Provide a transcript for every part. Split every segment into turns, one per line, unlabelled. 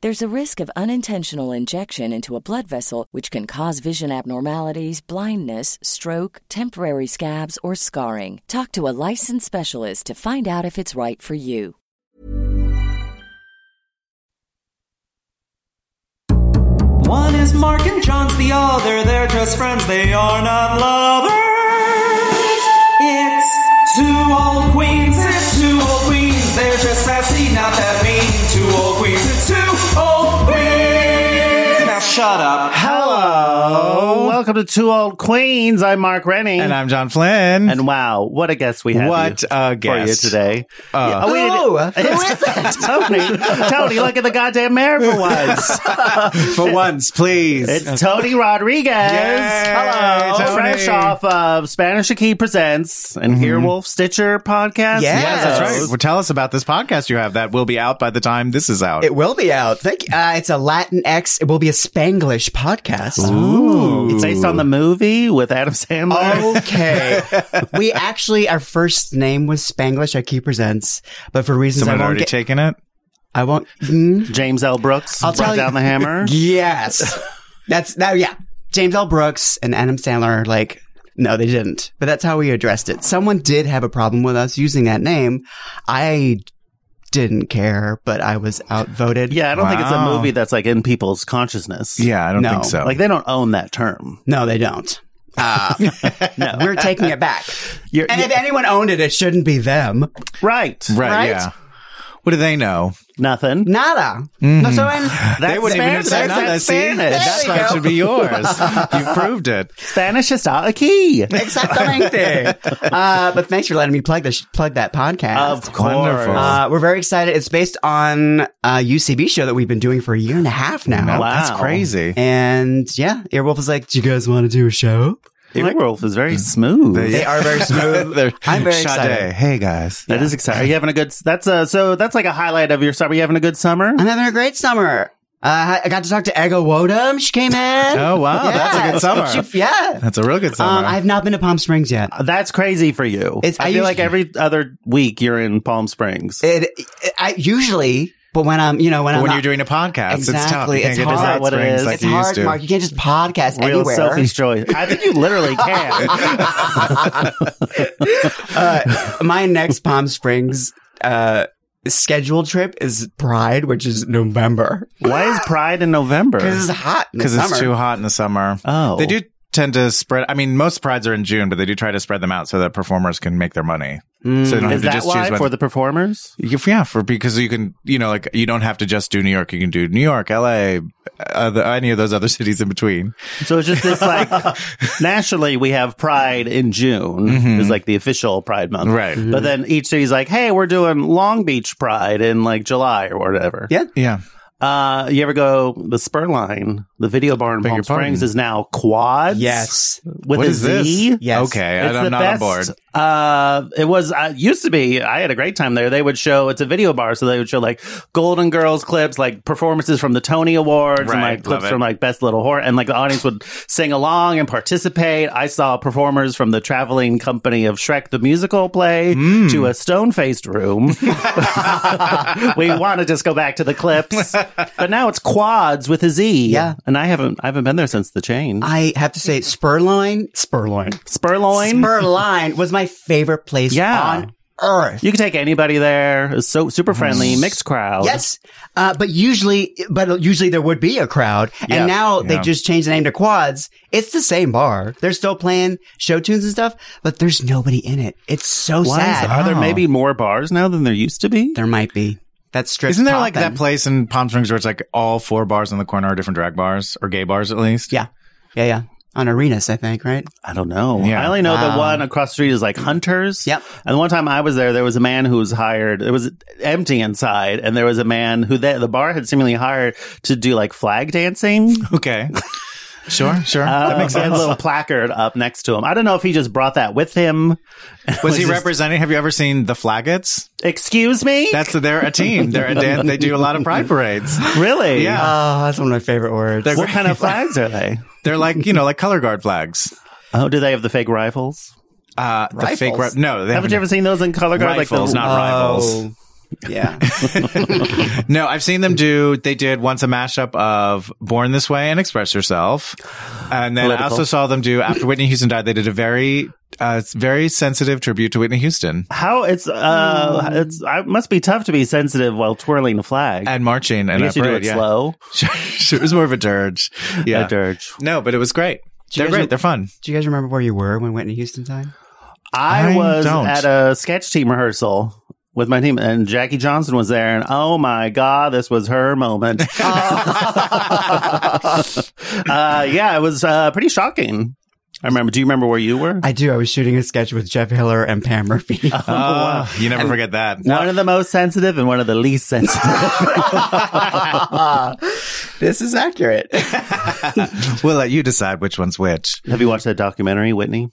There's a risk of unintentional injection into a blood vessel, which can cause vision abnormalities, blindness, stroke, temporary scabs, or scarring. Talk to a licensed specialist to find out if it's right for you.
One is Mark and John's the other. They're just friends, they are not lovers. It's two old queens, it's two old queens. They're just sassy, not that mean. Two old queens, it's two old queens. Now shut up.
Hello. Welcome to Two Old Queens. I'm Mark Rennie.
And I'm John Flynn.
And wow, what a guest we have!
What
you-
a guest.
for you today.
Uh,
Yeah, wait, it's Tony. Tony, look at the goddamn mirror for once.
For once, please.
It's Tony Rodriguez.
Yay,
Hello,
Tony. Mm-hmm.
fresh off of Spanish Key presents and Earwolf Stitcher podcast.
Yes, that's right. Well, tell us about this podcast you have that will be out by the time this is out.
It will be out. Thank. Uh, it's a Latinx. It will be a Spanglish podcast.
Ooh.
It's based on the movie with Adam Sandler.
Okay. we actually, our first name was Spanglish at Key Presents, but for reasons
Someone had
I won't
already
get,
taken it.
I won't.
Oh.
Hmm?
James L. Brooks
I'll
brought
tell you-
down the hammer.
Yes, that's that. Yeah, James L. Brooks and Adam Sandler. are Like, no, they didn't. But that's how we addressed it. Someone did have a problem with us using that name. I didn't care, but I was outvoted.
Yeah, I don't think it's a
Wow.
movie that's like in people's consciousness.
Yeah, I don't
No.
think so.
Like they don't own that term.
No, they don't. Uh, no, we're taking it back.
You're-
and if
you're-
anyone owned it, it shouldn't be them.
Right.
right,
right?
Yeah. What do they know?
Nothing.
Nada. No, so I'm,
That's
they wouldn't
Spanish.
even have said
That's
that. See?
Spanish.
That's why it should be yours. You've proved it.
Spanish is not a key.
exactamente. uh, but thanks for letting me plug this, plug that podcast.
Of course.
Wonderful.
Uh, we're very excited. It's based on uh, a UCB show that we've been doing for a year and a half now.
No, That's
wow.
crazy.
And yeah, Earwolf was like, "Do you guys want to do a show?"
Black Wolf is very smooth. That is
They are very smooth.
They're-
I'm very
Sade.
excited.
Hey guys.
exciting. Are you having a good? That's a so that's like a highlight of your summer. Are you having a good summer?
I'm having a great summer. Uh, I got to talk to Ego Wodum. She came in.
Oh wow, that's a good summer.
She- yeah.
That's a real good summer.
Um, I've not been to Palm Springs yet.
That's crazy for you.
It's-
I,
I
feel
usually-
like every other week you're in Palm Springs.
It, I usually, but when I'm, you know, when
But
I'm
when
not-
you're doing a podcast, it's tough.
Exactly.
You can't
It's
get to
hard.
Hot
What it
Springs
is.
like
it's
you used
hard,
to.
Mark. You can't just podcast
Real
anywhere.
selfish choice. I think you literally can.
uh, my next Palm Springs uh, scheduled trip is Pride, which is November
Why is Pride in November?
because it's hot in the
because it's
summer.
too hot in the summer.
Oh.
they do tend to spread. I mean, most prides are in June, but they do try to spread them out so that performers can make their money. So they don't
Mm. Is
have to
that
just
why
choose one.
for the performers?
If- yeah, for because you can, you know, like you don't have to just do New York. You can do New York, L.A., uh, the, any of those other cities in between.
So it's just this like nationally we have Pride in June is like the official Pride month,
Mm-hmm. Right.
But then each city's like, hey, we're doing Long Beach Pride in like July or whatever.
Yeah.
Yeah,
Uh, you ever go the Spur Line? The Video Bar in
Beg
Palm
your pardon?
Springs is now Quads.
Yes.
with
What
a
is this?
Z.
Yes.
Okay,
It's
I,
the
am not
best.
on board.
Uh, it was uh, used to be. I had a great time there. They would show it's a video bar, so they would show like Golden Girls clips, like performances from the Tony Awards, and
Right,
like clips
love it.
from like Best Little Horror, and like the audience would sing along and participate. I saw performers from the traveling company of Shrek the Musical play
Hmm.
to a stone faced room. we want to just go back to the clips, but now it's quads with a Z.
Yeah.
and I haven't I haven't been there since the change.
Ah,
I have to say, Spurline, Spurline,
Spurloin.
Spurline was my favorite place
Yeah.
on earth.
You can take anybody there. It's so super friendly, mixed crowd.
Yes, uh, but usually, but usually there would be a crowd,
Yeah.
and now they
Yeah.
just changed the name to Quads. It's the same bar. They're still playing show tunes and stuff, but there's nobody in it. It's so
Why is
sad.
that? Are there maybe more bars now than there used to be?
There might be that strip.
Isn't there like that
place?
place in Palm Springs where it's like all four bars on the corner are different drag bars or gay bars at least?
Yeah, yeah, yeah. On arenas, I think. Right?
I don't know.
Yeah.
I only know the
Wow.
one across the street is like Hunters.
Yep.
And the one time I was there, there was a man who was hired. It was empty inside, and there was a man who they, the bar had seemingly hired to do like flag dancing.
Okay. sure. Sure. that makes
Uh,
sense.
A little placard up next to him. I don't know if he just brought that with him.
Was he representing? Have you ever seen the Flaggets?
Excuse me.
That's they're a team. They're a dan- they do a lot of pride parades.
really.
Yeah.
Oh, that's one of my favorite words.
What kind of flags are they?
They're like you know like color guard flags.
Oh, do they have the fake rifles?
Uh, the fake ri-
Rifles.
no, they
Haven't
haven't.
you ever seen those in color guard?
Rifles,
like the,
not rivals.
yeah.
No, I've seen them do. They did once a mashup of "Born This Way" and "Express Yourself," and then I
Political.
also saw them do after Whitney Houston died. They did a very, uh, very sensitive tribute to Whitney Houston
How it's uh
Hmm.
it's I must be tough to be sensitive while twirling a flag.
and marching.
I
And
guess you do it
yeah.
slow.
Sure, it was more of a dirge. Yeah,
A dirge.
No, but it was great. They're
guys
great.
know-
They're fun.
Do you guys remember where you were when Whitney Houston died?
I,
I
was
don't.
at a sketch team rehearsal with my team and Jackie Johnson was there and oh my god, this was her moment. uh yeah, it was uh pretty shocking. I remember. Do you remember where you were?
I do. I was shooting a sketch with Jeff Hiller and Pam Murphy.
Uh, you never forget that.
one of the most sensitive and one of the least sensitive.
this is accurate.
We'll let you decide which one's which.
Have you watched that documentary, Whitney?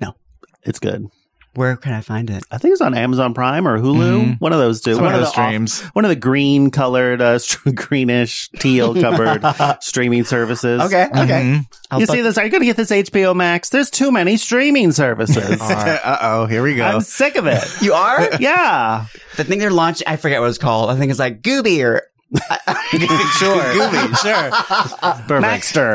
No.
It's good.
Where can I find it?
I think it's on Amazon Prime or Hulu. One of those two.
Some
one
of
the
those streams.
off-
one of the green colored, uh, st- greenish, teal covered streaming services.
Okay. Okay.
Mm-hmm.
I'll
You
look-
see this? Are you going to get this HBO Max? There's too many streaming services.
Uh oh, here we go.
I'm sick of it.
You are?
Yeah.
the thing they're launching, I forget what it's called. I think it's like Gooby or.
sure, Gooby, sure.
Maxter.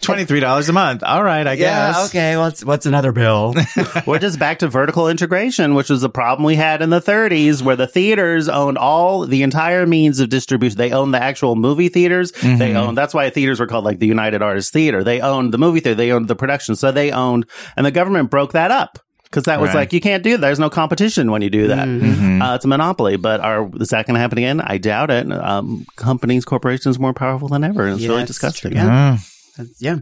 Twenty three dollars a month. All right, I
Yeah.
guess.
Okay. What's what's another bill?
We're just back to vertical integration, which was a problem we had in the 30s where the theaters owned all the entire means of distribution. They owned the actual movie theaters. They owned, that's why theaters were called like the United Artists Theater. They owned the movie theater. They owned the production. So they owned, and the government broke that up. Because that was
Right.
like you can't do that. There's no competition when you do that.
Mm-hmm.
Uh, it's a monopoly. But are is that going to happen again? I doubt it. Um, companies, corporations, more powerful than ever. It's
Yeah,
really
that's
disgusting.
true.
Oh.
That's- yeah.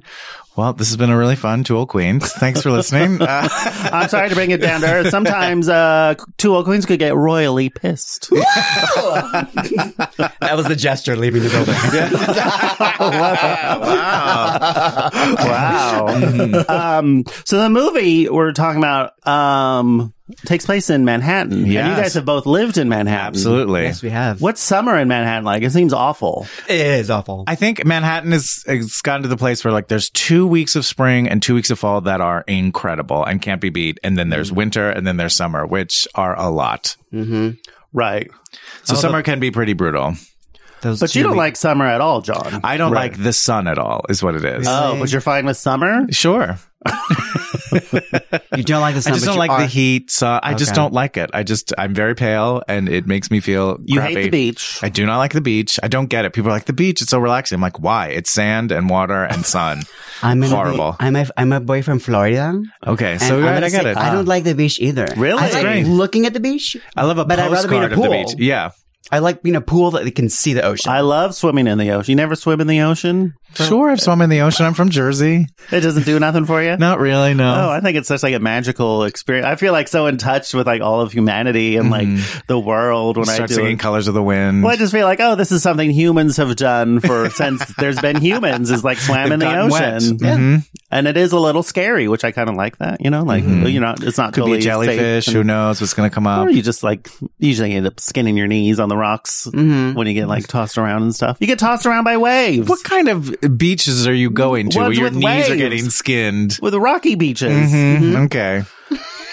Well, this has been a really fun Two Old Queens. Thanks for listening. Uh,
I'm sorry to bring it down to earth. Sometimes uh, two old queens could get royally pissed.
That was the gesture leaving the building.
wow.
Mm-hmm.
um, so the movie we're talking about um, takes place in Manhattan. And
Yes.
you guys have both lived in Manhattan.
Absolutely.
Yes, we have.
What's summer in Manhattan like? It seems awful.
It is awful.
I think Manhattan is has gotten to the place where like there's two weeks of spring and two weeks of fall that are incredible and can't be beat, and then
Mm.
there's winter and then there's summer, which are a lot.
Right.
So summer can be pretty brutal.
Those
But you
two
don't
we-
like summer at all, John.
I don't
Right.
like the sun at all, is what it is.
Uh,
Oh, but you're fine with summer?
sure.
you don't like the
I just
sun. but
don't
you
like
are-
the heat. So I just
Okay.
don't like it. I just I'm very pale, and it makes me feel.
You
crappy.
hate the beach.
I do not like the beach. I don't get it. People are like the beach. It's so relaxing. I'm like, why? It's sand and water and sun.
I'm in a-
horrible.
I'm a I'm a boy from Florida.
okay,
And
so
I'm
right,
gonna
I get
say
it.
I don't like the beach either.
Really?
I
That's
like
great.
looking at the beach.
I love a
but I'd rather be in a
postcard of the
pool.
beach. Yeah,
I like being a pool that they can see the ocean.
I love swimming in the ocean. You never swim in the ocean?
sure. I've swum in the ocean. I'm from Jersey.
It doesn't do nothing for you?
Not really.
Oh,
No.
I think it's such like a magical experience. I feel like so in touch with like all of humanity and
Mm-hmm.
like the world when I
Start
do
singing
it.
"Colors of the Wind."
Well, I just feel like, oh, this is something humans have done for since there's been humans is like swam in
They've
the
gotten wet. Mm-hmm.
ocean, and it is a little scary, which I kind of like that. You know, like you know, it's not
Mm-hmm. Could
totally
be jellyfish.
safe
Who
and-
knows what's going to come up?
Or you just like usually end up skinning your knees on the rocks when you get like tossed around and stuff. You get tossed around by waves
What kind of beaches are you going to?
Ones
Where your
with
knees are
waves.
getting skinned.
with rocky beaches.
Mhm. Okay.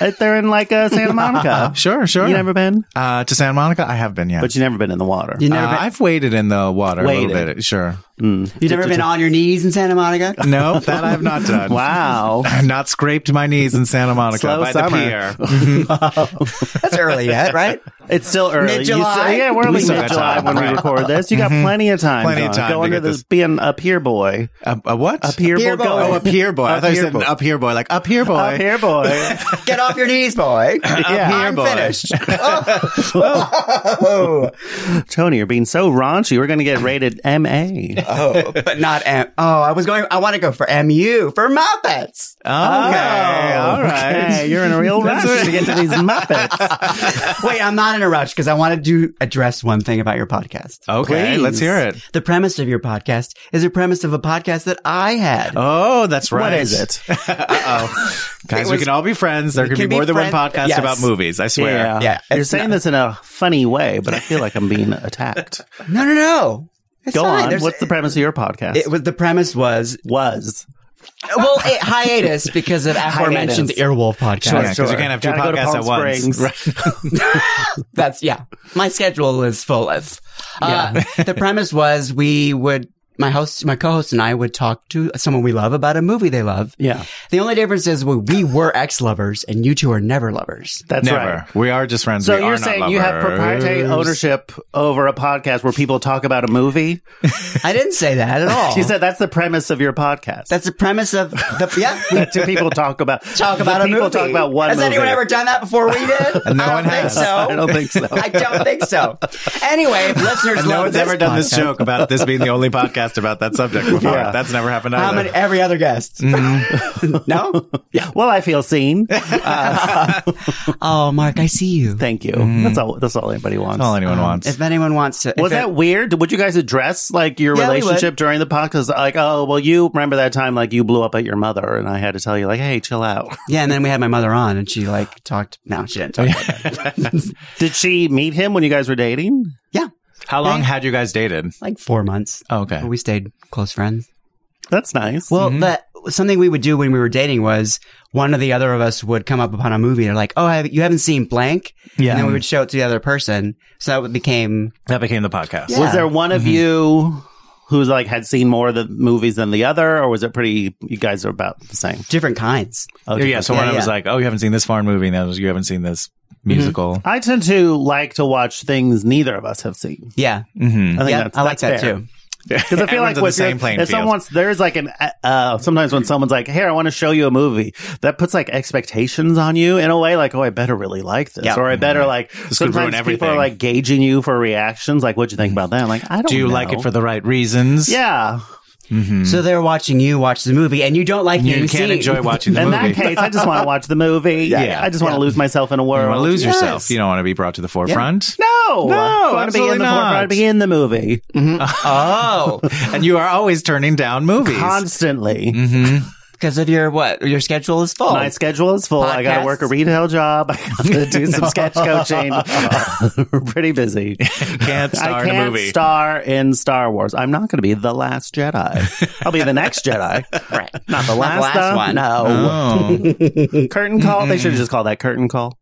If They're in like uh, Santa Monica.
Sure, sure.
You never been,
Uh, to Santa Monica, I have been. Yeah,
but you never been in the water.
you never
Uh, I've waded in the water a
Waded.
little bit. Sure.
been, you never been on your knees in Santa Monica.
No, that I've not done.
Wow.
I've not scraped my knees in Santa Monica
Slow
by
summer.
the pier.
That's early yet, right?
It's still early. You
Mid-July?
still- yeah, we're only
still got
mid July
time,
when we
right. Mm-hmm.
record this. You got plenty of time.
Plenty of
John.
time
Go
to
under
get
this,
this-
being a peer boy.
a, a what?
A peer,
Peer
boy.
boy.
Go
Oh, a peer boy.
A
I thought you
peer
said
boy.
a peer boy, like a peer boy.
A peer boy.
Get off your knees, boy.
here,
I'm
boy.
finished. Oh.
Tony, you're being so raunchy. We're going to get rated MA.
Oh, but not M. Oh, I was going. I want to go for MU for Muppets. Oh.
Okay, all right.
Okay, You're in a real rush
That's
to
right.
get to these Muppets.
Wait, I'm not in a rush because I want to do address one thing about your podcast.
Okay,
Please.
let's hear it.
The premise of your podcast is a premise of a podcast that I had.
Oh, that's right.
What is it?
Guys,
It
we
was-
can all be friends. There could
can
be
be
more than one
friends-
podcast
Yes.
about movies, I swear.
Yeah.
Yeah,
You're
it's
saying
not-
this in a funny way, but I feel like I'm being attacked.
No, no, no. It's
Go
fine.
on.
There's-
What's the premise of your podcast?
It was the premise was
was.
well it, hiatus because of aforementioned
Hiatus.
Earwolf podcast.
Sure, because you can't have two
Gotta go to
podcasts
Palm
at once.
Springs.
That's yeah. My schedule is full of. Uh, the premise was we would my host, my co-host, and I would talk to someone we love about a movie they love.
Yeah.
The only difference is well, we were ex-lovers, and you two are never lovers.
That's
Never.
right.
We are just friends.
So
We
you're
are not
saying you have
lovers.
proprietary ownership over a podcast where people talk about a movie?
I didn't say that at all.
She said that's the premise of your podcast.
That's the premise of the yeah. We
that two people talk about
talk
the
about a
people
movie.
talk about one
Has
movie.
anyone ever done that before we did?
No
I
one
don't think
has.
so.
I don't think so.
I don't think so. Anyway, if listeners
And
love
no one's
this
ever done this
podcast-
joke about this being the only podcast about that subject before.
Yeah.
That's never happened either.
How many? Every other guest. Mm-hmm. no.
well, I feel seen.
Oh, Mark, I see you.
Thank you.
Mm.
That's all. That's all anybody wants.
That's all anyone wants.
If anyone wants to,
was
if it-
that weird? Would you guys address like your
Yeah, we
relationship
would.
during the podcast? Like, oh, well, you remember that time like you blew up at your mother, and I had to tell you like, hey, chill out.
Yeah, and then we had my mother on, and she like talked. No, she didn't talk. about that.
Did she meet him when you guys were dating?
Yeah,
How long had you guys dated?
like four months.
Oh, okay. Mm-hmm.
But we stayed close friends.
That's nice.
Well, that something we would do when we were dating was one or the other of us would come up upon a movie. They're like, "Oh, have, you haven't seen blank,"
Yeah.
and then we would show it to the other person. So that became
That became the podcast.
Yeah. Mm-hmm.
was there one of you who's like had seen more of the movies than the other, or was it pretty? You guys are about the same.
different kinds.
Oh, yeah. So when
Yeah,
I was
yeah.
like, oh, you haven't seen this foreign movie, and that was, you haven't seen this musical.
Mm-hmm. I tend to like to watch things neither of us have seen.
Yeah,
mm-hmm.
I think
Mm. yeah,
that's,
I like that
that's fair.
too.
Because I feel
Everyone's
like
on the
with your-
same playing
if
field.
someone's there's like an uh, uh, sometimes when someone's like, "Here, I want to show you a movie," that puts like expectations on you in a way, like, "Oh, I better really like this,"
Yeah.
or "I better like."
Mm-hmm. This could ruin
sometimes people are
everything.
like gauging you for reactions, like, "What'd you think about that?" I'm like, I don't.
Do you
know.
like it for the right reasons?
Yeah.
So they're watching you watch the movie, and you don't like
You
the
can't
scene.
enjoy watching the
In
movie.
that case, I just want to watch the movie.
Yeah.
I just want to lose myself in a world.
you want to lose
Yes.
yourself. You don't want to be brought to the forefront.
No,
No,
I want to be in
absolutely
the
not.
forefront. I want to be in the movie
Oh,
And you are always turning down movies.
constantly.
because of your what? Your schedule is
Oh.
full.
My schedule is full. I got to
Podcasts?
work a retail job. I got to do some sketch coaching. We're pretty busy.
Uh-huh. can't star
I
in a
can't
movie.
star in Star Wars. I'm not going to be the last Jedi. I'll be the next Jedi.
Right.
Not the
Not
last,
the last
Uh-huh.
though.
one.
Oh.
No. curtain call. They should have just called that curtain call.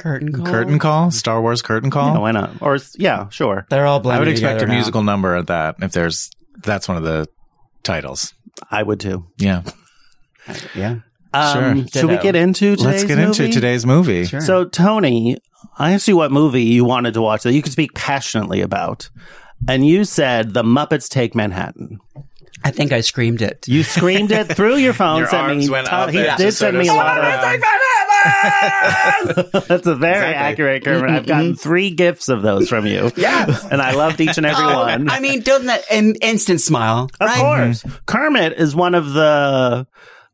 Curtain call.
Curtain call, Star Wars curtain call.
Yeah, why not? Or s- yeah, sure.
They're all blended.
I would expect
together
a
now.
musical number at that if there's that's one of the titles.
I would too.
Yeah.
Yeah.
Um,
Sure.
Should we
Ditto.
get into today's
Let's get into
movie?
today's movie.
Sure.
So, Tony, I asked you what movie you wanted to watch that you could speak passionately about. And you said The Muppets Take Manhattan.
I think I screamed it.
You screamed it through your phone.
Your
sent
arms
me,
went
Tom-
up
he
and
did
just
send
sort of
me a lot of.
swung around.
That's a very accurate,
Mm-hmm.
Kermit. I've gotten three gifts of those from you.
Yes.
And I loved each and every one.
I mean, doesn't that an instant smile?
Of
right?
course. Kermit is one of the.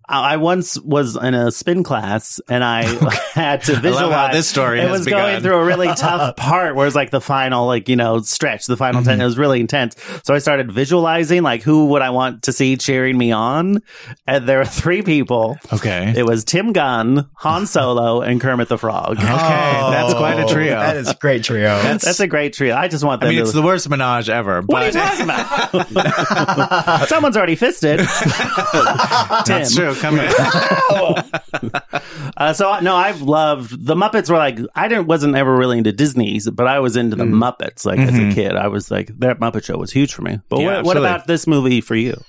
I I once was in a spin class and I had to visualize
how this story
It
has
was going
begun.
through a really tough part where it's like the final, like, you know, stretch, the final
Mm-hmm.
10. It was really intense. So I started visualizing, like, who would I want to see cheering me on? And there were three people.
Okay.
It was Tim Gunn, Han Solo, and Kermit the Frog.
Okay, that's quite
Oh.
a trio.
That is a great trio.
That's a great trio. I just want them
I mean,
to.
it's the worst menage ever,
what are you
but
talking about? Someone's already fisted. Tim.
that's true. Come in.
Uh, so no, I've loved the Muppets. Were like I didn't wasn't ever really into Disney's, but I was into the
Mm-hmm.
Muppets. Like as a kid, I was like that Muppet Show was huge for me. But
Yeah,
what, what
absolutely.
about this movie for you?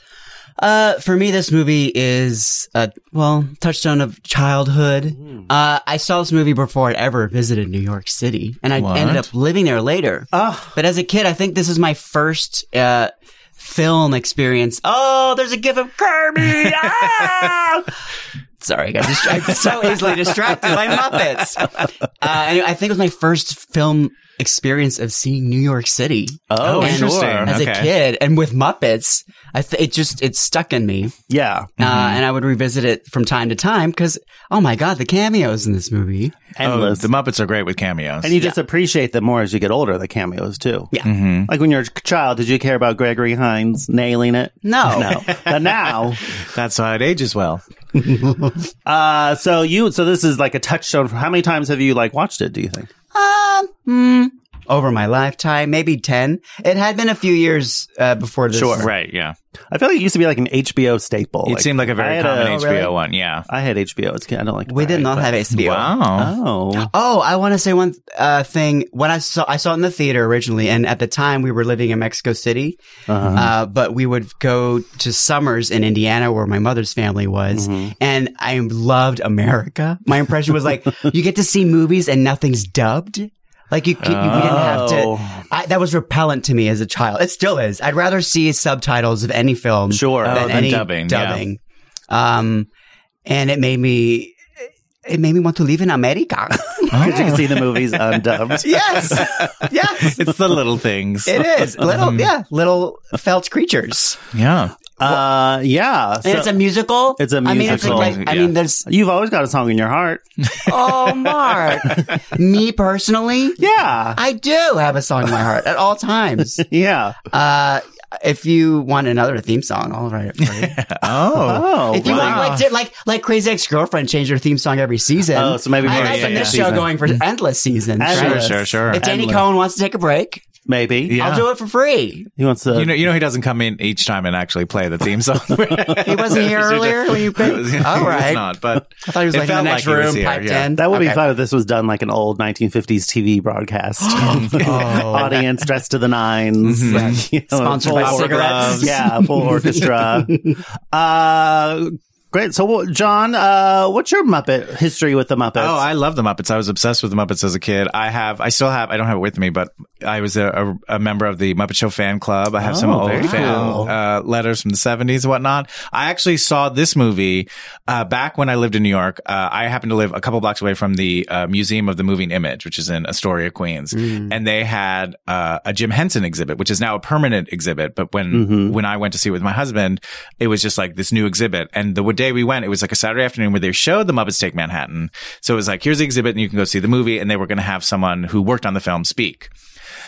Uh, for me, this movie is a well touchstone of childhood. Uh, I saw this movie before I ever visited New York City, and I
What?
ended up living there later. But as a kid, I think this is my first uh, film experience. Oh, there's a gif of Kirby. Ah! Sorry, I got distracted. so easily distracted by Muppets. Uh, anyway, I think it was my first film experience of seeing New York City
Oh,
and
interesting.
As
Okay.
a kid, and with Muppets, I th- it just it stuck in me,
Yeah,
uh,
Mm-hmm.
and I would revisit it from time to time because oh my god, the cameos in this movie.
Oh,
endless.
the Muppets are great with cameos.
and you just appreciate them more as you get older. The cameos too.
Yeah.
Like when you're a child, did you care about Gregory Hines nailing it?
No.
no. But now,
that's how it ages well.
uh, so you, so this is like a touchstone. For, how many times have you like watched it? Do you think?
Um, hmm, over my lifetime, maybe ten. It had been a few years uh, before this.
Right. Yeah.
I feel like it used to be like an HBO staple.
It seemed like a
I
very
had
common HBO
really?
one. Yeah.
I had HBO as a kid. I don't like. to
We did
brag,
not
but-
have HBO.
Wow.
Oh.
Oh, I want to say one uh, thing. When I saw, I saw it in the theater originally, and at the time we were living in Mexico City.
Uh-huh.
Uh, but we would go to summers in Indiana, where my mother's family was,
Mm-hmm.
and I loved America. My impression was like you get to see movies and nothing's dubbed. Like you, can, you didn't have
Oh.
to. I, that was repellent to me as a child. It still is. I'd rather see subtitles of any film,
Sure.
than
Oh, than
any
dubbing,
dubbing.
yeah.
Um, and it made me. It made me want to live in America.
Because you can see the movies undubbed.
Yes. yes.
It's the little things.
It is. Little,
Um,
yeah, little felt creatures.
yeah.
Uh, yeah.
And
So-
it's a musical.
It's a musical,
I mean, it's like, I
yeah.
mean there's,
you've always got a song in your heart.
oh, Mark. Me personally,
Yeah.
I do have a song in my heart at all times.
Yeah.
Uh, if you want another theme song, I'll write it for you.
Oh.
Oh,
If you
wow.
want, like, di- like, like Crazy Ex Girlfriend changed her theme song every season.
Oh, so maybe
I
more
imagine
yeah,
this
yeah.
show going for endless seasons.
Endless.
Right?
Sure. Sure.
If Danny
Endless.
Cohen wants to take a break,
maybe.
Yeah.
I'll do it for free.
He wants to.
You know, you know, he doesn't come in each time and actually play the theme song.
Oh. He wasn't here earlier when you picked. All
It's
right.
not, but
I thought he was
It
like in the
felt
next
like he was
room,
here,
piped
yeah.
in.
that would be
Okay.
fun if this was done like an old 1950s TV broadcast.
Oh.
Audience dressed to the 9s
Mm-hmm.
You know,
Sponsored by
full-
cigarettes.
Yeah, full orchestra. uh, great. So, well, John, uh, what's your Muppet history with the Muppets?
Oh, I love the Muppets. I was obsessed with the Muppets as a kid. I have, I still have, I don't have it with me, but I was a, a, a member of the Muppet Show fan club. I have some
Oh,
old
very
fan
cool.
uh, letters from the 70s and whatnot. I actually saw this movie uh, back when I lived in New York. Uh, I happened to live a couple blocks away from the uh, Museum of the Moving Image, which is in Astoria, Queens. And they had uh, a Jim Henson exhibit, which is now a permanent exhibit. But when, when I went to see it with my husband, it was just like this new exhibit. And the day we went, it was like a Saturday afternoon where they showed the Muppets Take Manhattan. So it was like, here's the exhibit and you can go see the movie. And they were going to have someone who worked on the film speak.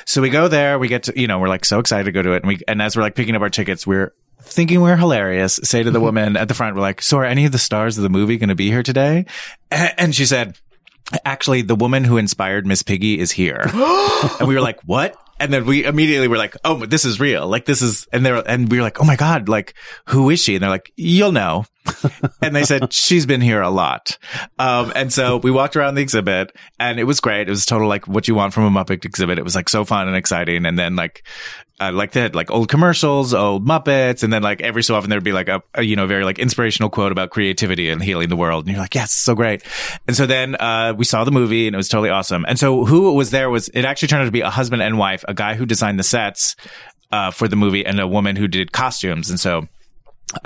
So we go there, we get to, you know, we're like so excited to go to it. And we, and as we're like picking up our tickets, we're thinking we're hilarious. Say to the woman at the front, we're like, so are any of the stars of the movie going to be here today? A- And she said, actually, the woman who inspired Miss Piggy is here. and we were like, what? And then we immediately were like, oh, but this is real. Like this is, and they're, and we were like, oh my God, like who is she? And they're like, you'll know. and they said she's been here a lot. Um, and so we walked around the exhibit, and it was great. It was total like what you want from a Muppet exhibit. It was like so fun and exciting. And then like uh, like they had like old commercials, old Muppets, and then like every so often there'd be like a, a, you know very like inspirational quote about creativity and healing the world, and you're like yes, so great. And so then uh, we saw the movie and it was totally awesome. And so who was there was it actually turned out to be a husband and wife, a guy who designed the sets uh, for the movie, and a woman who did costumes, and so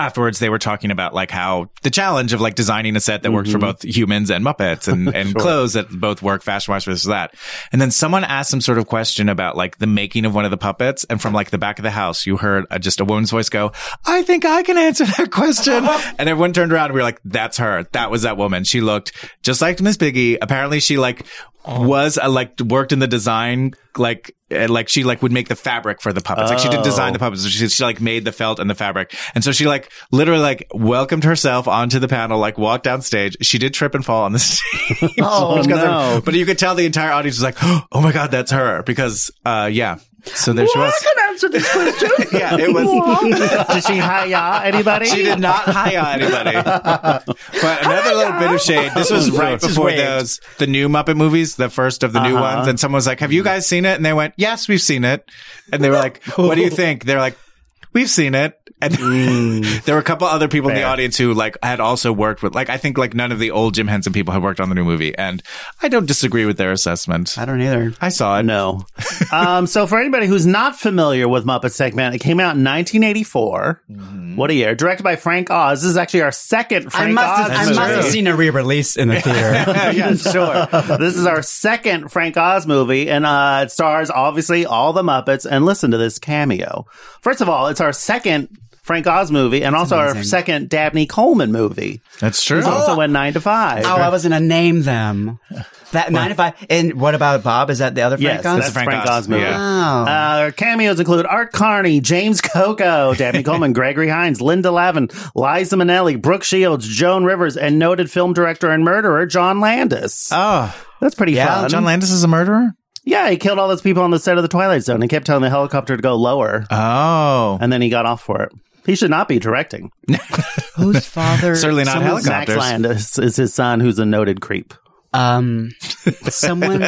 afterwards they were talking about like how the challenge of like designing a set that works for both humans and Muppets and, and clothes that both work fashion wise for this or that. And then someone asked some sort of question about like the making of one of the puppets. And from like the back of the house, you heard uh, just a woman's voice go, I think I can answer that question. and everyone turned around and we were like, that's her. That was that woman. She looked just like Miss Piggy. Apparently she like
Oh.
was a, like worked in the design like uh, like she like would make the fabric for the puppets like she didn't design
Oh.
the puppets she, she like made the felt and the fabric and so she like literally like welcomed herself onto the panel like walked down stage she did trip and fall on the stage
Oh,
Because of-
no.
but you could tell the entire audience was like oh my god that's her because uh yeah so there she was
answer this question.
yeah it was
Did she hi-ya anybody?
she did not hire anybody. But another little bit of shade. This was right
Just
before
waved.
those the new Muppet movies, the first of the new ones, and someone was like, "Have you guys seen it?" And they went, "Yes, we've seen it." And they were like, "What do you think?" They're like, "We've seen it." And there were a couple other people in the audience who like had also worked with like I think like none of the old Jim Henson people had worked on the new movie, and I don't disagree with their assessment.
I don't either.
I saw it.
No. um, so, for anybody who's not familiar with Muppets Segment, it came out in 1984. What a year. Directed by Frank Oz. This is actually our second Frank
I must, have,
Oz
I
movie.
must have seen a re-release in the theater.
yeah, sure. This is our second Frank Oz movie, and uh, it stars obviously all the Muppets. And listen to this cameo. First of all, it's our second Frank Oz movie, and also our second Dabney Coleman movie.
That's true.
It's also in Nine to Five.
oh, I was gonna name them. That nine to five. And what about Bob? Is that the other
Yes,
Frank Oz?
that's Frank,
Frank
Oz,
Oz
movie.
yeah.
Wow.
Uh, their cameos include Art Carney, James Coco, Dabney Coleman, Gregory Hines, Linda Lavin, Liza Minnelli, Brooke Shields, Joan Rivers, and noted film director and murderer John Landis.
oh,
That's pretty
yeah.
fun.
John Landis is a murderer.
yeah, he killed all those people on the set of The Twilight Zone and kept telling the helicopter to go lower,
Oh,
and then he got off for it. He should not be directing.
Whose father?
certainly not
someone's-
Max
helicopters.
Landis is his son, who's a noted creep.
Um, someone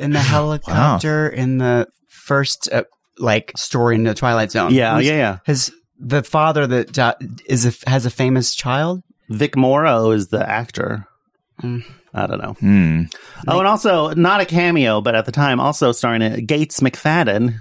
in the helicopter in the first uh, like story in the Twilight Zone.
Yeah,
Who's-
yeah, yeah.
His the father that di- is a, has a famous child.
Vic Morrow is the actor.
Mm.
I don't know.
Hmm.
Oh, and also not a cameo, but at the time also starring uh, Gates McFadden.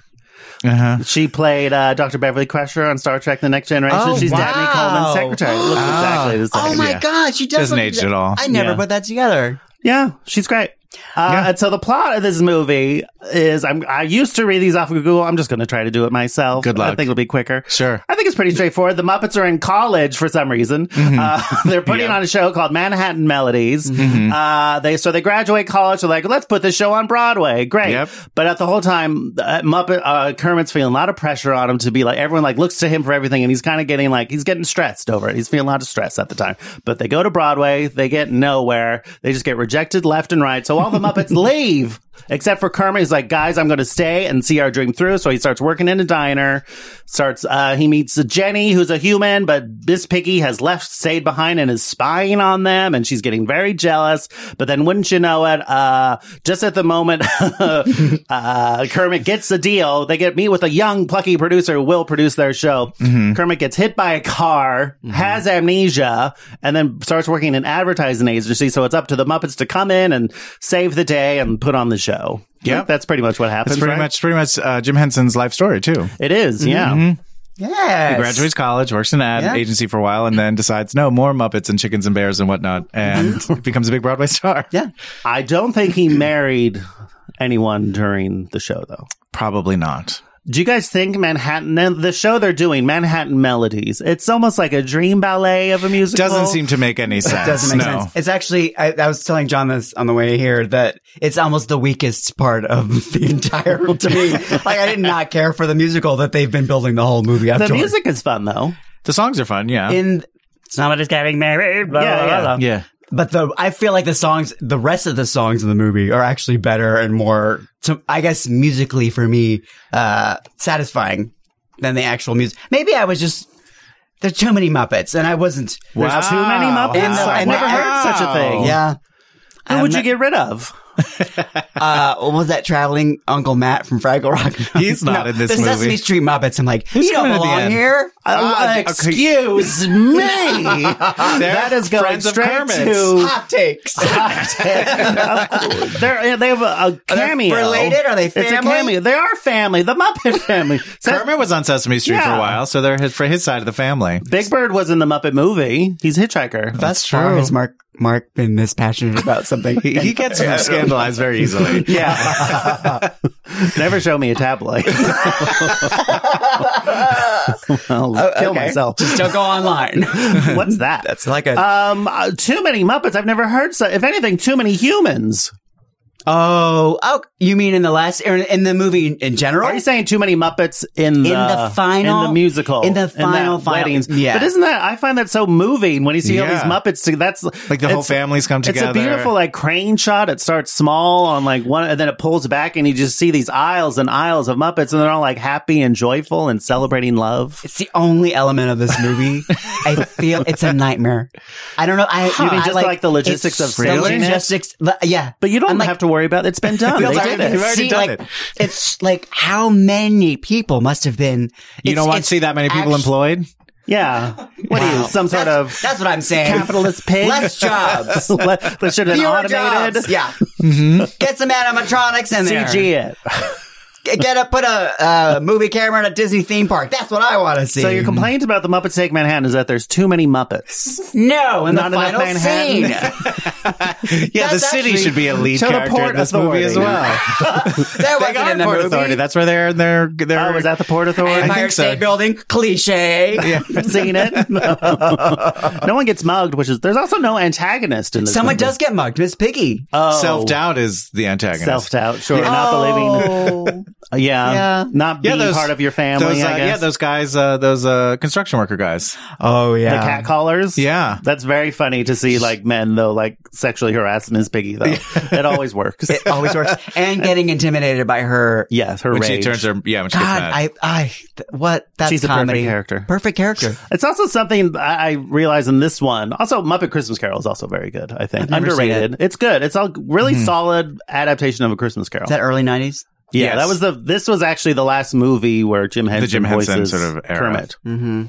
Uh-huh.
She played uh, Dr. Beverly Crusher on Star Trek: The Next Generation.
Oh,
She's Dabney
wow.
Coleman's secretary. Looks exactly the same.
Oh my
Yeah.
god, she does
Doesn't
look-
age at all.
I never
Yeah.
put that together.
Yeah, she's great. Uh, And so the plot of this movie is I'm, I used to read these off of Google. I'm just going to try to do it myself.
Good luck.
I think it'll be quicker.
Sure.
I think it's pretty straightforward. The Muppets are in college for some reason.
Mm-hmm.
Uh, they're putting on a show called Manhattan Melodies.
Mm-hmm.
Uh, they so they graduate college. They're like, let's put this show on Broadway. Great.
Yep.
But at the whole time, uh, Muppet uh, Kermit's feeling a lot of pressure on him to be like everyone like looks to him for everything, and he's kind of getting like he's getting stressed over it. He's feeling a lot of stress at the time. But they go to Broadway, they get nowhere. They just get rejected left and right. So all the Muppets leave except for Kermit. He's like, guys, I'm going to stay and see our dream through. So he starts working in a diner. Starts uh, he meets Jenny, who's a human, but this piggy has left, stayed behind, and is spying on them, and she's getting very jealous. But then, wouldn't you know it? Uh, just at the moment, uh, Kermit gets the deal. They get meet with a young plucky producer who will produce their show.
Mm-hmm.
Kermit gets hit by a car, has amnesia, and then starts working in an advertising agency. So it's up to the Muppets to come in and save the day and put on the show.
Yeah.
Like, that's pretty much what happens.
That's pretty
right?
much pretty much uh, Jim Henson's life story too.
It is, yeah.
Mm-hmm.
Yes.
Graduates college, works in an ad
Yeah.
agency for a while, and then decides no more Muppets and chickens and bears and whatnot, and
Mm-hmm.
becomes a big Broadway star.
Yeah.
I don't think he married anyone during the show, though.
probably not.
Do you guys think Manhattan, the show they're doing, Manhattan Melodies, it's almost like a dream ballet of a musical?
Doesn't seem to make any sense.
Doesn't make
no.
sense. It's actually, I, I was telling John this on the way here that it's almost the weakest part of the entire, to me. like, I did not care for the musical that they've been building the whole movie up
The
toward.
music is fun, though.
The songs are fun, yeah,
In Somebody's Getting Married, blah,
Yeah,
blah, blah,
yeah.
blah.
yeah.
But the, I feel like the songs, the rest of the songs in the movie are actually better and more, to, I guess, musically for me, uh, satisfying than the actual music. Maybe I was just There's too many Muppets, and I wasn't.
There's too many
Wow.
Muppets. I never heard such a thing.
Yeah.
Who would you get rid of?
Uh, what was that traveling Uncle Matt from Fraggle Rock?
He's not in this
the Sesame
movie.
Street Muppets. I'm like,
Who's
you don't
coming at the
belong
end?
here.
Uh,
okay.
excuse me. that is going
Friends of
straight
Kermit's.
to.
Hot takes.
They're, they have a, a cameo.
related? Are they
It's a
family?
cameo. They are family. The Muppet family. So-
Kermit was on Sesame Street for
Yeah.
a while, so they're his, for his side of the family.
Big Bird was in the Muppet movie. He's Hitchhiker.
Thus far, has Mark Mark been this passionate about something?
He, he gets scandalized very easily.
yeah. never show me a tabloid. I'll kill
Oh, Okay.
myself.
Just don't go online.
What's that?
That's like a.
um, uh, too many Muppets. I've never heard. So, if anything, too many humans.
oh, oh, you mean in the last or in the movie in general?
Are you saying too many Muppets in the,
In the final-
in the musical
in the
that
final, final-
weddings?
yeah.
but isn't that I find that so moving when you see all
Yeah.
these Muppets? to- That's
Like the whole
it's-
families come
It's
together.
a beautiful like crane shot. It starts small on like one, and then it pulls back, and you just see these aisles and aisles of Muppets, and they're all like happy and joyful and celebrating love.
It's the only element of this movie. I feel it's a nightmare. I don't know. I,
Huh. You mean
I
just like the logistics
it's-
of
the
filming it?
logistics. the- yeah,
But you don't
I'm like,
have to worry about it. It's been done.
Feels
they
like
did
they've
it.
already
see,
done
like,
it.
It's like how many people must have been.
You
it's-
don't want
it's
to see that many people
actu-
employed?
Yeah. What are you? Some sort
That's-
of
That's what I'm saying.
capitalist pig?
Less jobs.
Le- they should have been
Fewer
automated.
jobs. Yeah. Get some animatronics in there.
CG it.
G- Get a put a, a movie camera in a Disney theme park. That's what I want to see.
So your complaint about the Muppets Take Manhattan is that there's too many Muppets.
no, in
Not
the
enough
final
Manhattan.
scene.
Yeah,
That's
the city
actually-
should be a lead
Show the
character
Port
in this
Authority.
movie as well.
That
they
wasn't
got
in the
Port
movie.
Authority. That's where they're they're they're.
Oh, was that the Port Authority?
Empire
think so.
State Building cliche.
Seen it. no one gets mugged, which is there's also no antagonist in this.
Someone does get mugged. Miss Piggy.
oh.
Self doubt is the antagonist.
Self doubt, sure. Not believing,
Oh.
yeah,
Yeah.
not being part of your family.
those,
I
uh,
guess.
Yeah, those guys, uh, those uh, construction worker guys.
oh
the
yeah.
cat callers.
Yeah.
that's very funny to see. Like men though, like sexually harassing Miss Piggy though. it always works.
It always works. And getting intimidated by her.
yes, her
When she
rage.
turns her, yeah, when she gets
God,
mad.
I, I, th- what? That's
She's a perfect
comedy.
character.
Perfect character.
It's also something I I realize in this one. Also, Muppet Christmas Carol is also very good. I think
never seen Mm-hmm.
underrated. It's good. It's a really solid adaptation of a Christmas Carol.
Is that early nineties?
yeah,
Yes.
that was the. This was actually the last movie where Jim Henson
Jim Henson
voices
sort of era.
Kermit. Mm-hmm.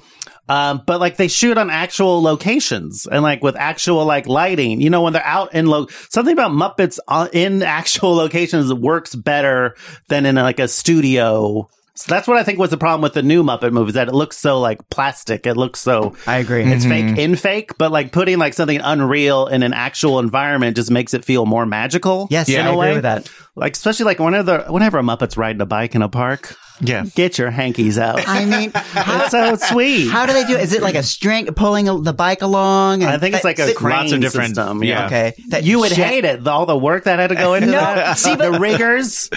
Um, but like they shoot on actual locations and like with actual like lighting. You know, when they're out in lo, something about Muppets on, in actual locations works better than in like a studio. So that's what I think was the problem with the new Muppet movies that it looks so like plastic. It looks so
I agree.
it's fake in fake, but like putting like something unreal in an actual environment just makes it feel more magical.
Yes,
in
I
a
agree
way.
with that.
Like especially like whenever whenever a Muppet's riding a bike in a park,
yeah.
get your hankies out.
I mean, how,
it's so sweet.
how do they do it? Is it like a string pulling a, the bike along?
I think it's like a crane
Lots of different-
system.
yeah.
Okay. That
You would
shit-
hate it, the- all the work that had to go into
No,
that.
see,
the riggers,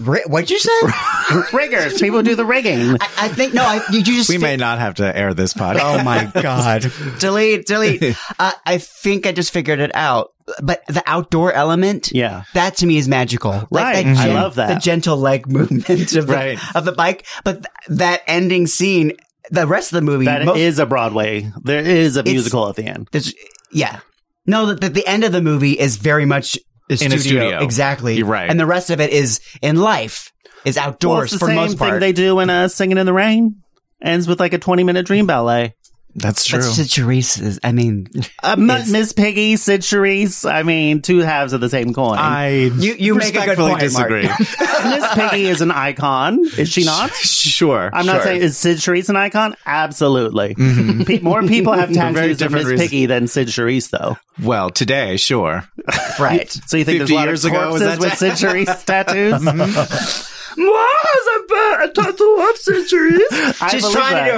Ri- What'd you say? I,
riggers, people do the rigging.
I think no. I, you just
We
fi-
may not have to air this podcast.
Oh my god! delete, delete. Uh, I think I just figured it out. But the outdoor element,
Yeah.
that to me is magical. Like
Right.
that
I love that.
The gentle leg movement of the,
Right.
of the bike, but th- that ending scene, the rest of the movie,
That is
most-
a Broadway. There is a musical at the end.
there's- yeah, no, the, the, the end of the movie is very much a
In a studio.
exactly.
You're right.
and the rest of it is in life, is
Well, it's
outdoors
the
for
same
most
thing
part.
they do in uh, Singing in the Rain. Ends with like a twenty-minute dream ballet.
That's true.
But Sid Charisse is, I mean,
Uh, M- Miss Piggy, Sid Charisse. I mean, two halves of the same coin.
I
You- you make a good
respectfully
point,
disagree.
Miss Piggy is an icon, is she not?
sure.
I'm not
sure.
saying is Sid Charisse an icon? Absolutely. Pe- more people have tattoos of
Mm-hmm. different
Miss Piggy than Sid Charisse, though.
Well, today, sure.
right.
So you think there's
50
a lot
years
of
ago,
corpses
was that Mm-hmm.
with
ta-
Sid Charisse tattoos?
Moi has a, tattoo of Sid Charisse.
I
She's
believe
trying
that.
to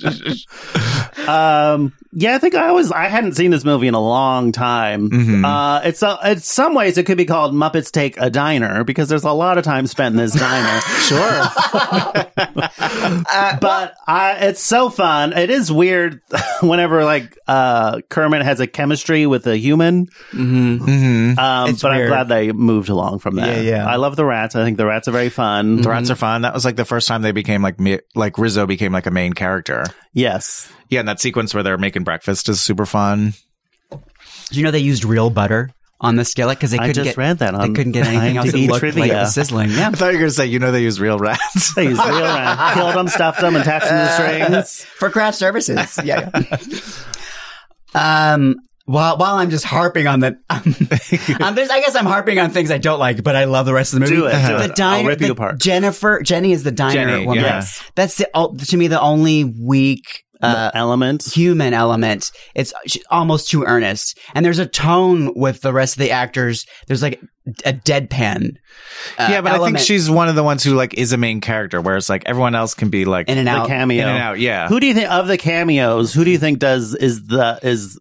do a French accent.
um, yeah, I think I was. I hadn't seen this movie in a long time.
Mm-hmm.
Uh, it's a, in some ways it could be called Muppets Take a Diner because there's a lot of time spent in this diner. sure,
Uh,
but I, it's so fun. It is weird whenever like uh, Kermit has a chemistry with a human. Um,
Mm-hmm. It's
but
weird.
I'm glad they moved along from that.
Yeah, yeah.
I love the rats. I think the rats are very fun.
The rats are fun. That was like the first time they became like me, like Rizzo became like a main character.
Yes.
Yeah, and that sequence where they're making breakfast is super fun.
Do you know they used real butter on the skillet because they
I
couldn't
just
get
read that on
they couldn't get anything else that
IMDb
looked like it
trivia.
was sizzling. Yeah,
I thought you were going to say, you know, they use real rats.
They use real rats. Killed them, stuffed them, and attached them
Uh,
to strings.
for craft services. Yeah. yeah. um. While while I'm just harping on the, um, there's, I guess I'm harping on things I don't like, but I love the rest of the movie.
Do it, do
the
it.
diner,
I'll rip you
the
apart.
Jennifer, Jenny is the diner
Jenny,
woman.
yes.
That's the all, to me the only weak uh,
Elements.
human element. It's sh- almost too earnest, and there's a tone with the rest of the actors. There's like a deadpan. uh,
yeah, but I think
element
she's one of the ones who like is a main character, whereas like everyone else can be like
in and
The
out.
cameo.
in and out, yeah.
Who do you think of the cameos? Who do you think does is the is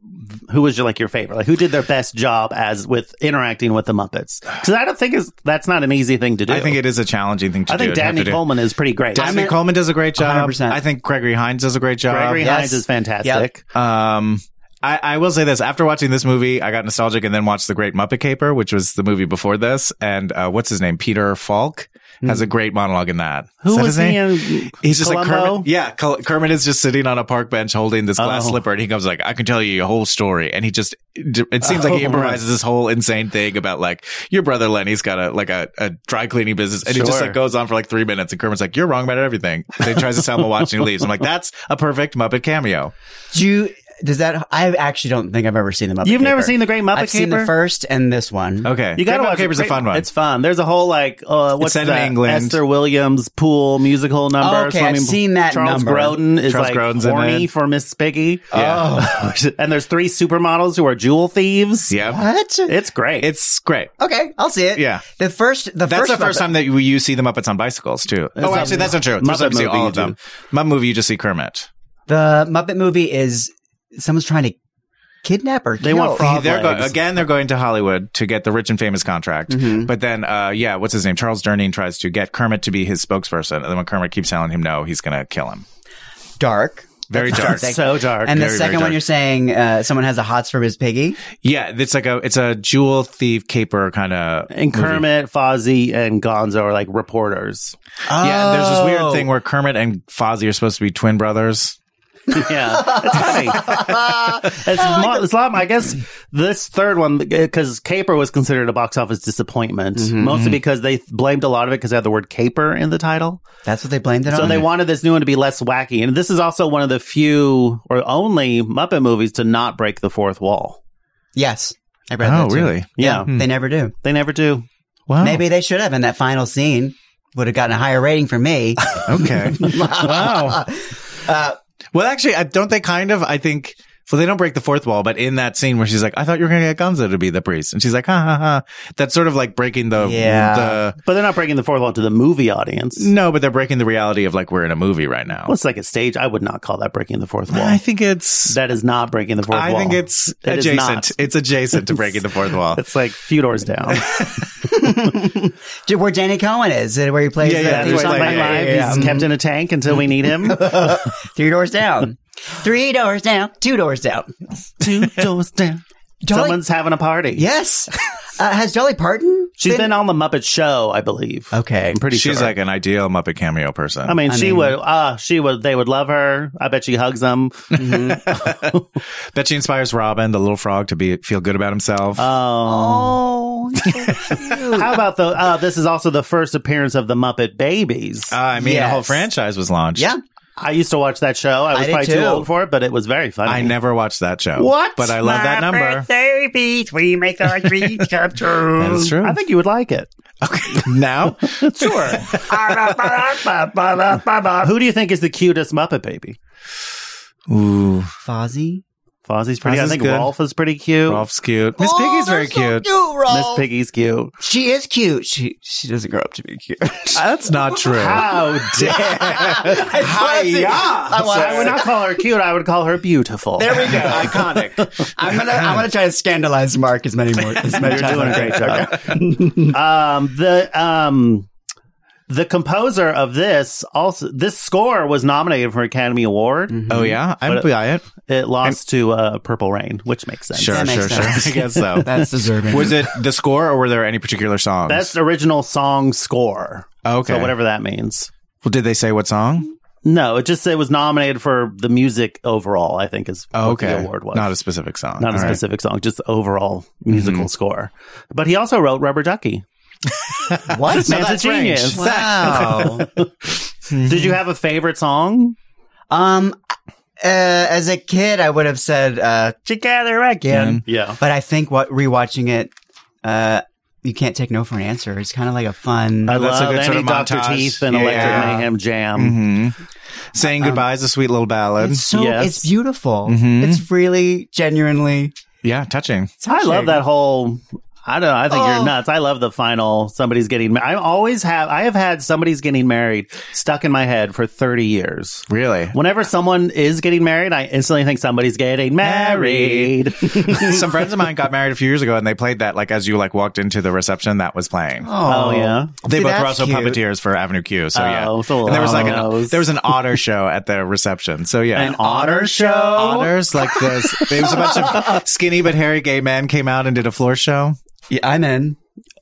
who was your like your favorite? Like who did their best job as with interacting with the Muppets? Because I don't think is that's not an easy thing to do.
I think it is a challenging thing to
I
do.
think
It'd have
Danny
to do-
Coleman is pretty great.
Danny Coleman uh, does a great job.
100%.
I think Gregory Hines does a great job.
Gregory
Yes.
Hines is fantastic.
Um, I, I will say this: after watching this movie, I got nostalgic and then watched The Great Muppet Caper, which was the movie before this. And uh, what's his name? Peter Falk has a great monologue in that.
Who
Is that
was
his name?
he in
He's just like
Columbo?
Kermit. Yeah, Col- Kermit is just sitting on a park bench holding this glass
Oh.
slipper, and he comes like, "I can tell you a whole story." And he just, it seems like he
Oh.
improvises this whole insane thing about like your brother Lenny's got a like a, a dry cleaning business, and he just
Sure.
like goes on for like three minutes, and Kermit's like, "You're wrong about everything." And then he tries to sell him a watch and he leaves. I'm like, "That's a perfect Muppet cameo."
Do you, does that? I actually don't think I've ever seen the Muppet.
You've never
Caper.
seen The Great Muppet
I've seen the
Caper?
first and this one.
Okay,
You gotta
Great Muppet
watch
Caper's a
Great-
fun one.
It's fun. There's a whole like uh, what's
set in
that?
England.
Esther Williams pool musical number.
Okay, I've
swimming pool.
seen that
Charles
number.
Grodin is
Charles
like
Grodin's in
horny
it.
for Miss Piggy.
Yeah.
and there's three supermodels who are jewel thieves.
yeah,
What?
It's great.
it's great.
okay, I'll see it.
Yeah.
The first. The
That's
first
the first
Muppet-
time that you, you see the Muppets on bicycles too. oh,
a
actually, that's not true. Muppet
Muppet
see
movie
all
you
of them. Muppet movie, you just see Kermit.
The Muppet movie is someone's trying to kidnap or
They
kill.
want frog-
they're go-
legs.
again. They're going to Hollywood to get the rich and famous contract. But then, uh, yeah, what's his name? Charles Durning tries to get Kermit to be his spokesperson, and then when Kermit keeps telling him no, he's going to kill him.
dark.
Very dark.
That's
so dark.
And the
Very, very
second
dark.
one, you're saying uh, someone has a hots for his piggy.
yeah, it's like a it's a jewel thief caper kind of.
and Kermit, Fozzie, and Gonzo are like reporters.
Yeah, and there's this
Oh.
weird thing where Kermit and Fozzie are supposed to be twin brothers.
Yeah, it's funny. it's, mo- it's a lot. I guess this third one because Caper was considered a box office disappointment, mostly because they blamed a lot of it because they had the word Caper in the title.
That's what they blamed it
So
on.
they wanted this new one to be less wacky, and this is also one of the few or only Muppet movies to not break the fourth wall.
yes, I read
Oh,
that. too.
Yeah,
Hmm.
They never do.
they never do.
Wow.
Maybe they should have in that final scene. Would have gotten a higher rating for me.
Okay. wow. Uh, well, actually, I don't they kind of, I think, well, they don't break the fourth wall, but in that scene where she's like, I thought you were going to get Gonzo to be the priest. And she's like, ha ha ha. That's sort of like breaking the,
Yeah.
the
But they're not breaking the fourth wall to the movie audience.
no, but they're breaking the reality of like, we're in a movie right now.
Well, it's like a stage. I would not call that breaking the fourth wall.
I think it's,
that is not breaking the fourth
I
wall.
think it's
It is
adjacent.
not.
it's adjacent to breaking the fourth wall.
It's like few doors down.
Dude, where Danny Cohen is, uh, where he plays
Yeah,
the
yeah,
theme
he's
song
like- yeah,
by
yeah,
Live.
yeah, yeah.
He's
He's kept in a tank until we need him.
Three doors down. Three doors down. Two doors down.
Two doors down.
Dolly-
Someone's having a party.
Yes. Uh, has Dolly Parton?
She's been on the Muppet Show, I believe.
Okay.
I'm pretty
she's
sure.
like an ideal Muppet cameo person.
I mean, she would. Ah, she would. They would love her. I bet she hugs them.
bet she inspires Robin, the little frog, to be feel good about himself.
Uh,
Oh,
How about the? Uh, this is also the first appearance of the Muppet Babies.
I mean, a
yes.
whole franchise was launched.
yeah.
I used to watch that show. I was
did
probably too.
too.
old for it, but it was very funny.
I never watched that show.
What?
But I love that number.
Babies, we make our dreams come
That
true.
is true.
I think you would like it.
Okay. Now?
Sure. Who do you think is the cutest Muppet baby?
Ooh.
Fozzie?
Fozzie's pretty. I
Fozzie's
think
good.
Rolf is pretty cute.
Rolf's cute. Miss
Oh,
Piggy's
they're
very
so
cute.
Miss
Rolf.
Piggy's cute.
She is cute. She she doesn't grow up to be cute.
That's not true.
How dare!
Hi-ya. I wanna-
I would not call her cute. I would call her beautiful.
There we go. Iconic. I'm gonna I'm gonna try to scandalize Mark as many more as many
You're
times.
doing a great job. um, the um, the composer of this also this score was nominated for an Academy Award.
Oh yeah, I'm
But-
by it.
It lost to uh, Purple Rain, which makes sense.
Sure,
That
sure,
makes
sure.
sense.
I guess so.
That's deserving.
Was it the score, or were there any particular songs?
Best original song score.
Okay.
So whatever that means.
Well, did they say what song?
No, it just it was nominated for the music overall. I think is
Oh,
what
okay.
the award was
Not a specific song.
Not a
All right. Mm-hmm.
specific song, just the overall musical score. But he also wrote Rubber Ducky.
What?
This man's a
that's range.
genius.
Wow.
Mm-hmm.
Did you have a favorite song?
um, uh, as a kid, I would have said uh, "Together Again,"
Yeah.
but I think what rewatching it, uh, you can't take no for an answer. It's kind of like a fun.
I
That's a
love
good
any
sort of
Dr.
montage.
Teeth and
Yeah. Mm-hmm.
Electric Mayhem Jam. Um,
Saying goodbye is a sweet little ballad.
it's so
yes.
it's beautiful. It's really genuinely.
yeah, touching.
I love that whole. I don't know. I think
Oh.
you're nuts. I love the final. Somebody's getting. ma- I always have. I have had somebody's getting married stuck in my head for thirty years.
Really?
Whenever someone is getting married, I instantly think somebody's getting married.
Some friends of mine got married a few years ago, and they played that like as you like walked into the reception. That was playing.
oh yeah.
They
See,
both were
that's
also
cute.
puppeteers for Avenue Q. So yeah,
Oh, so
and there was like
long
an,
nose.
there was an otter show at the reception. So yeah,
An otter show?
Otters like this. There was a bunch of skinny but hairy gay men came out and did a floor show.
yeah, I'm in.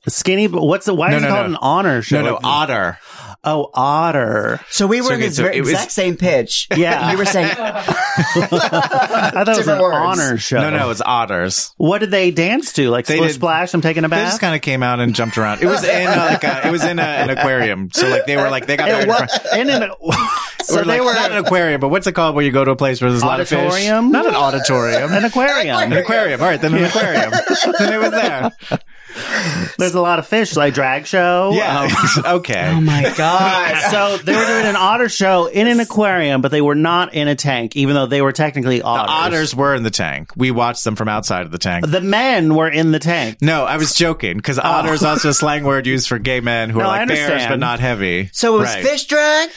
Skinny. But what's the? Why
No,
is it
no,
called
no.
an honor show?
No, no, otter.
oh, otter.
So we were
So,
in
okay,
the
so
very
it was-
exact same pitch.
Yeah.
we were saying
I thought it was an
Different words.
honor show.
No, no, it's otters.
What did they dance to? Like
They
splish
did-
splash. I'm taking a
They
bath.
just kind of came out and jumped around. It was in uh, like a, it was in a, an aquarium. So like they were like they got married. in front-
and in a,
So they were not an aquarium, but what's it called where you go to a place where there's a lot of fish?
Auditorium?
Not an auditorium.
an aquarium.
An aquarium. All right, then an aquarium. then it was there.
There's a lot of fish, like drag show.
Yeah.
Um,
okay.
Oh my god.
so they were doing an otter show in an aquarium, but they were not in a tank, even though they were technically otters.
Otters were in the tank. We watched them from outside of the tank.
The men were in the tank.
no, I was joking because otter is also a slang word used for gay men who
Oh. No,
are
I
like bears
understand.
but not heavy.
So it was
Right.
fish drag.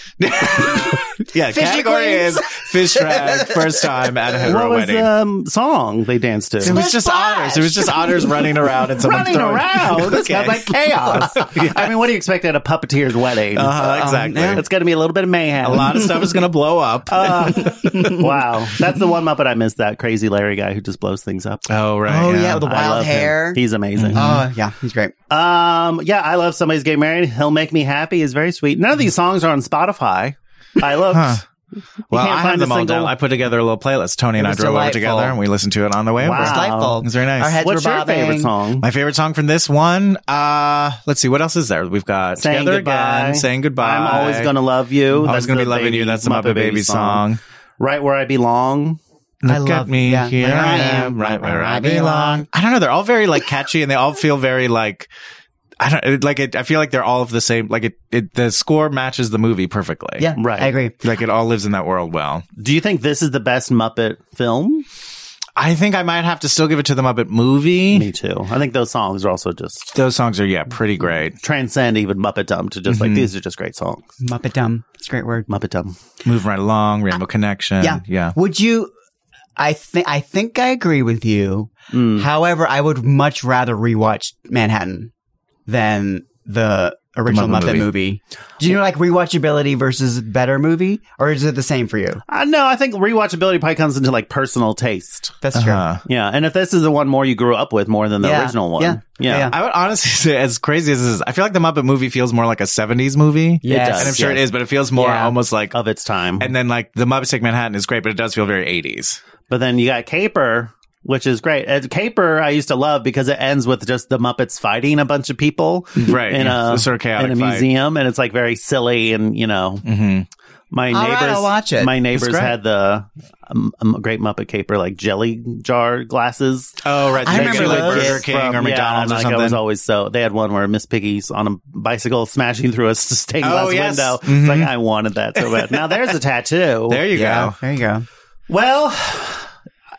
Yeah,
Fishy
category
queens.
is fish drag. First time at a
What
hetero
was
wedding.
the um, song they danced to?
it was just
Splash!
otters. It was just otters running around and someone
running
throwing-
around. This sounds like chaos. I mean, what do you expect at a puppeteer's wedding?
Uh-huh, exactly.
It's going to be a little bit of mayhem.
a lot of stuff is going to blow up.
Uh, wow, that's the one Muppet I missed. That crazy Larry guy who just blows things up.
oh right.
Oh yeah, with the
I
wild
love him.
hair.
He's amazing.
Mm-hmm.
Oh yeah, he's great.
Um, yeah, I love somebody's getting married. He'll make me happy is very sweet. None of these songs are on Spotify. I looked.
Well,
can't
I
find
have
a
them all
single-
down. I put together a little playlist. Tony and
It
I
was
drove over
delightful.
together and we listened to it on the way
Wow.
over.
Delightful.
It was very nice.
Our heads
What's
were
your
bobbing.
favorite song?
My favorite song from this one. Uh, let's see what else is there. We've got
Saying
together
goodbye.
again, saying goodbye.
I'm always gonna love you.
Always
That's
gonna
the
be loving
Baby-
you. That's the Muppet, Baby song.
Right where I belong.
I
Look
love
at me
yeah,
here
where
I am, right where I belong.
belong.
I don't know. They're all very like catchy and they all feel very like. I don't it- like it. I feel like they're all of the same. Like it, it the score matches the movie perfectly.
Yeah,
Right.
right. I agree.
like it all lives in that world well.
Do you think this is the best Muppet film?
I think I might have to still give it to the Muppet movie.
Me too. I think those songs are also just
Those songs are yeah, pretty great.
transcend even Muppetdom to just like
Mm-hmm.
these are just great songs.
Muppet dumb. It's a great word.
Muppetdom.
Move right along, Rainbow Connection.
Yeah,
yeah.
Would you? I think I think I agree with you. However, I would much rather rewatch Manhattan than the original
Muppet
Muppet, movie. Do you know like rewatchability versus better movie, or is it the same for you?
Uh, no, I think rewatchability probably comes into like personal taste.
That's true.
Uh,
Yeah, and if this is the one more you grew up with more than the
Yeah.
original one,
Yeah. Yeah.
I would honestly say, as crazy as this is, I feel like the Muppet movie feels more like a 70s movie.
Yes.
And I'm sure it
yes.
is, but it feels more
Yeah.
almost like.
of its time.
and then, like, the Muppets Take Manhattan is great, but it does feel very 80s.
But then you got Caper, which is great. And Caper, I used to love because it ends with just the Muppets fighting a bunch of people,
Right,
In
yeah.
a
It's sort of chaotic
in a
fight. Mm-hmm.
museum, and it's like very silly, and you know, my
All right,
neighbors,
I'll watch it.
my neighbors
great.
had the um, um, great Muppet Caper like jelly jar glasses.
Oh, right.
I
They
remember
go to, like
those.
Burger
Yes,
King or
From- yeah, and,
McDonald's or
like, I was
something.
always so. They had one where Miss Piggy's on a bicycle smashing through a stained glass
Oh, yes.
window. It's like I wanted that so bad. now there's a tattoo.
there you
Yeah,
go.
there you go.
Well,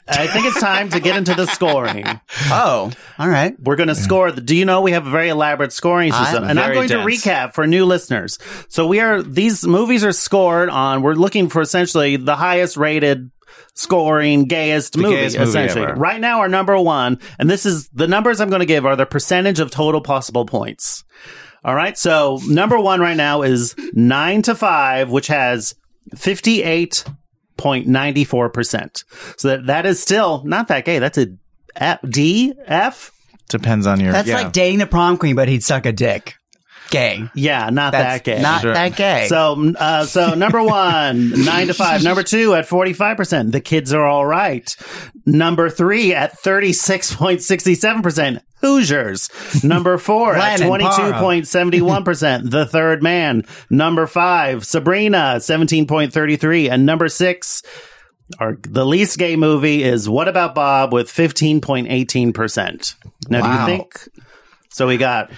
I think it's time to get into the scoring.
Oh, all right.
We're going to score. The, do you know we have a very elaborate scoring
I'm
system? and I'm
very
going to
dense.
recap for new listeners. So we are these movies are scored on. We're looking for essentially the highest rated scoring gayest movie
gayest movie
essentially
ever.
right now our number one and this is the numbers i'm going to give are the percentage of total possible points all right so number one right now is 9 to 5 which has 58.94% so that that is still not that gay that's a F- D F
Depends on your.
That's
yeah.
like dating the prom queen, but he'd suck a dick. Gay.
Yeah, not that
That's
gay.
not
Sure.
that gay.
so, mm, uh, so number one, nine to five. Number two at forty five percent. The kids are all right. Number three at thirty six point sixty seven percent. Hoosiers. Number four at
Lennon,
twenty two
Parham.
point seventy one percent. The Third Man. Number five, Sabrina, seventeen point thirty three, and number six. Our, the least gay movie is What About Bob with 15.18%. Now, do you
Wow.
think? So we got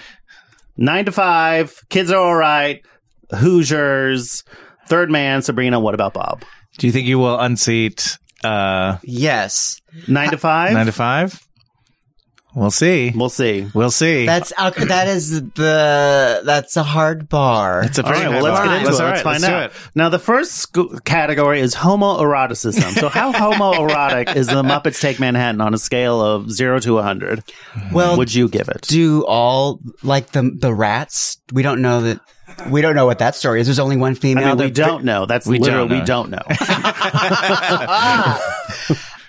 Nine to Five, Kids Are All Right, Hoosiers, Third Man, Sabrina, What About Bob?
Do you think you will unseat uh,
yes.
Nine to Five?
nine to five? We'll see.
We'll see.
We'll see.
That's out- that is the that's a hard bar.
it's a
All
pretty
right, well,
high
let's
bar.
get into it.
all
let's
right,
find
do
out.
it.
Now, the first sc- category is homoeroticism. So, how homoerotic is the Muppets Take Manhattan on a scale of zero to 100?
well,
Would you give it?
do all like the the rats? We don't know that. We don't know what that story is. There's only one
I
female.
mean, we
They're-
don't know. That's
We
literally,
don't know.
we don't know.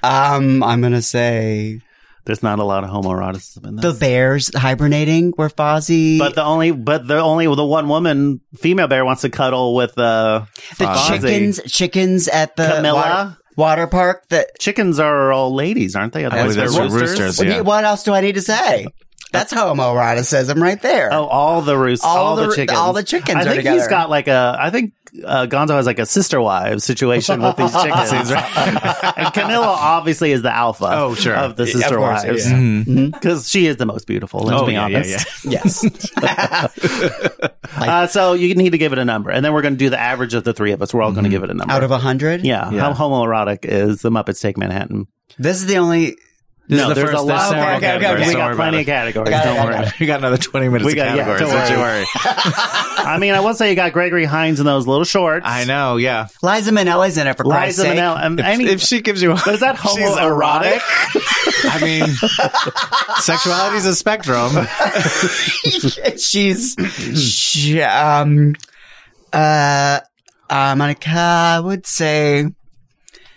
Um, I'm gonna say
There's not a lot of homoeroticism in this.
the bears hibernating were Fozzie.
But the only, but the only, the one woman, female bear wants to cuddle with uh,
the
Fozzie.
chickens, chickens at the
Camilla?
water, water park. That
Chickens are all ladies, aren't they? Otherwise,
believe
they're
that's true.
roosters.
Roosters, yeah.
what else do I need to say? That's homoeroticism right there.
Uh, Oh, all the roosters, all,
All
the,
the roo-
chickens,
all the chickens
I
are
think he's
together.
got like a. I think uh, Gonzo has like a sister wives situation with these chickens. and Camilla obviously is the alpha.
Oh, sure.
of the
Yeah,
sister
of course,
wives
yeah.
because she is the most beautiful. Let's
Oh,
be
yeah, yeah,
honest.
Yes.
Uh, so you need to give it a number, and then we're going to do the average of the three of us. We're all
Mm-hmm.
going to give it a number
Out of a hundred?
Yeah, how homoerotic is the Muppets Take Manhattan?
This is the only
no,
the
there's
first-
a lot.
there's
of
several
okay, okay,
categories.
We
Don't worry
got
about
plenty
it.
of categories.
got it, I
Don't
got
worry.
We got another 20 minutes
We
of
got- yeah,
categories.
don't
don't you worry.
I mean, I will say you got Gregory Hines in those little shorts.
I know, yeah.
Liza Minnelli's in it for Christ's
Liza
sake.
Minnelli. Um,
If,
any-
if she gives you
but is that
she's
homoerotic?
I mean, sexuality is a spectrum.
She's she, um uh uh Monica I would say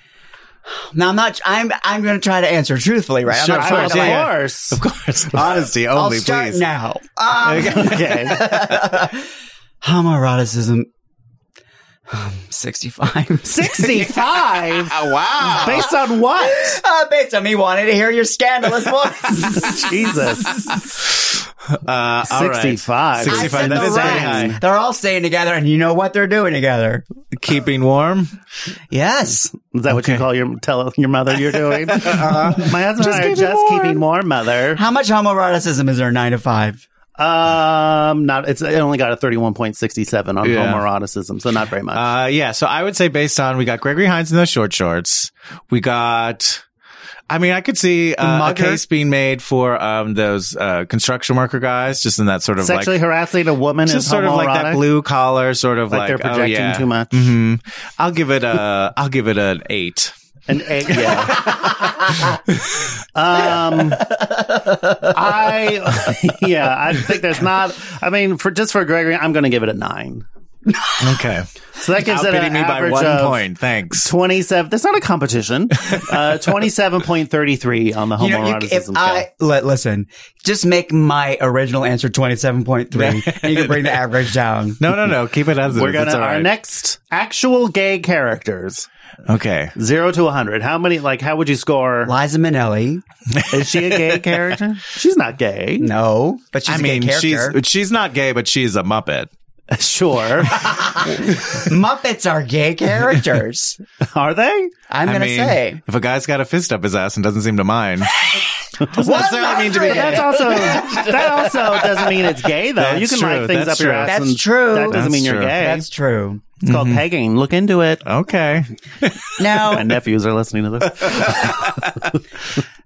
now I'm not I'm I'm gonna try to answer truthfully, right?
Sure,
I'm not
of course,
trying to,
yeah,
like,
of
yeah.
course.
Of course. Honesty only,
I'll start
please.
now. Um,
okay.
homoeroticism um, 65
65?
Ah, wow
Based on what?
uh, based on me wanting to hear your scandalous voice
Jesus.
Uh, all right.
65.
I
65.
said
That
the
is very
rats.
high.
They're all staying together, and you know what they're doing together.
Keeping warm.
Yes.
Is that what you call your tell your mother you're doing? My husband and I are Uh-huh. just keeping warm, mother.
How much homoeroticism is there? Nine to five.
Um, not it's it only got a 31.67 on
Yeah.
homoeroticism, so not very much.
Uh, yeah. So I would say based on, we got Gregory Hines in those short shorts. We got, I mean, I could see uh, a
mugger.
case being made for, um, those, uh, construction worker guys, just in that sort of
Sexually
like,
harassing a woman is
just sort of like that
homoerotic?
blue collar sort of
Like
like,
they're
oh,
projecting
yeah.
too much.
Mhm. I'll give it a, I'll give it an eight.
An egg, yeah. um, I, yeah, I think there's not. I mean, for just for Gregory, I'm going to give it a nine.
Okay.
So that gives it
Outbidding
an
me by
average
one
of
point. Thanks.
27. That's not a competition. Uh, 27.33 on the
You know, you,
homoeroticism
if
scale.
I let listen, just make my original answer twenty seven point three, and you can bring the average down.
No, no, no. Keep it as it
We're
is.
going
It's
to,
all
our
right.
next actual gay characters,
Okay.
zero to 100. How many, like, how would you score?
Liza Minnelli,
Is she a gay character? She's not gay.
no, but she's
I mean,
a gay
she's
character.
she's not gay, but she's a Muppet.
Sure.
Muppets are gay characters.
Are they?
I'm
I
gonna
mean,
say
if a guy's got a fist up his ass and doesn't seem to mind, Doesn't necessarily mean to be
But
gay.
that's also that also doesn't mean it's gay though. you
That's
can
true.
like things
That's
up your
true.
ass.
That's
and
true.
That doesn't
That's
mean you're
true.
gay.
That's true.
it's called pegging. Look into it.
Okay.
Now,
My nephews are listening to this.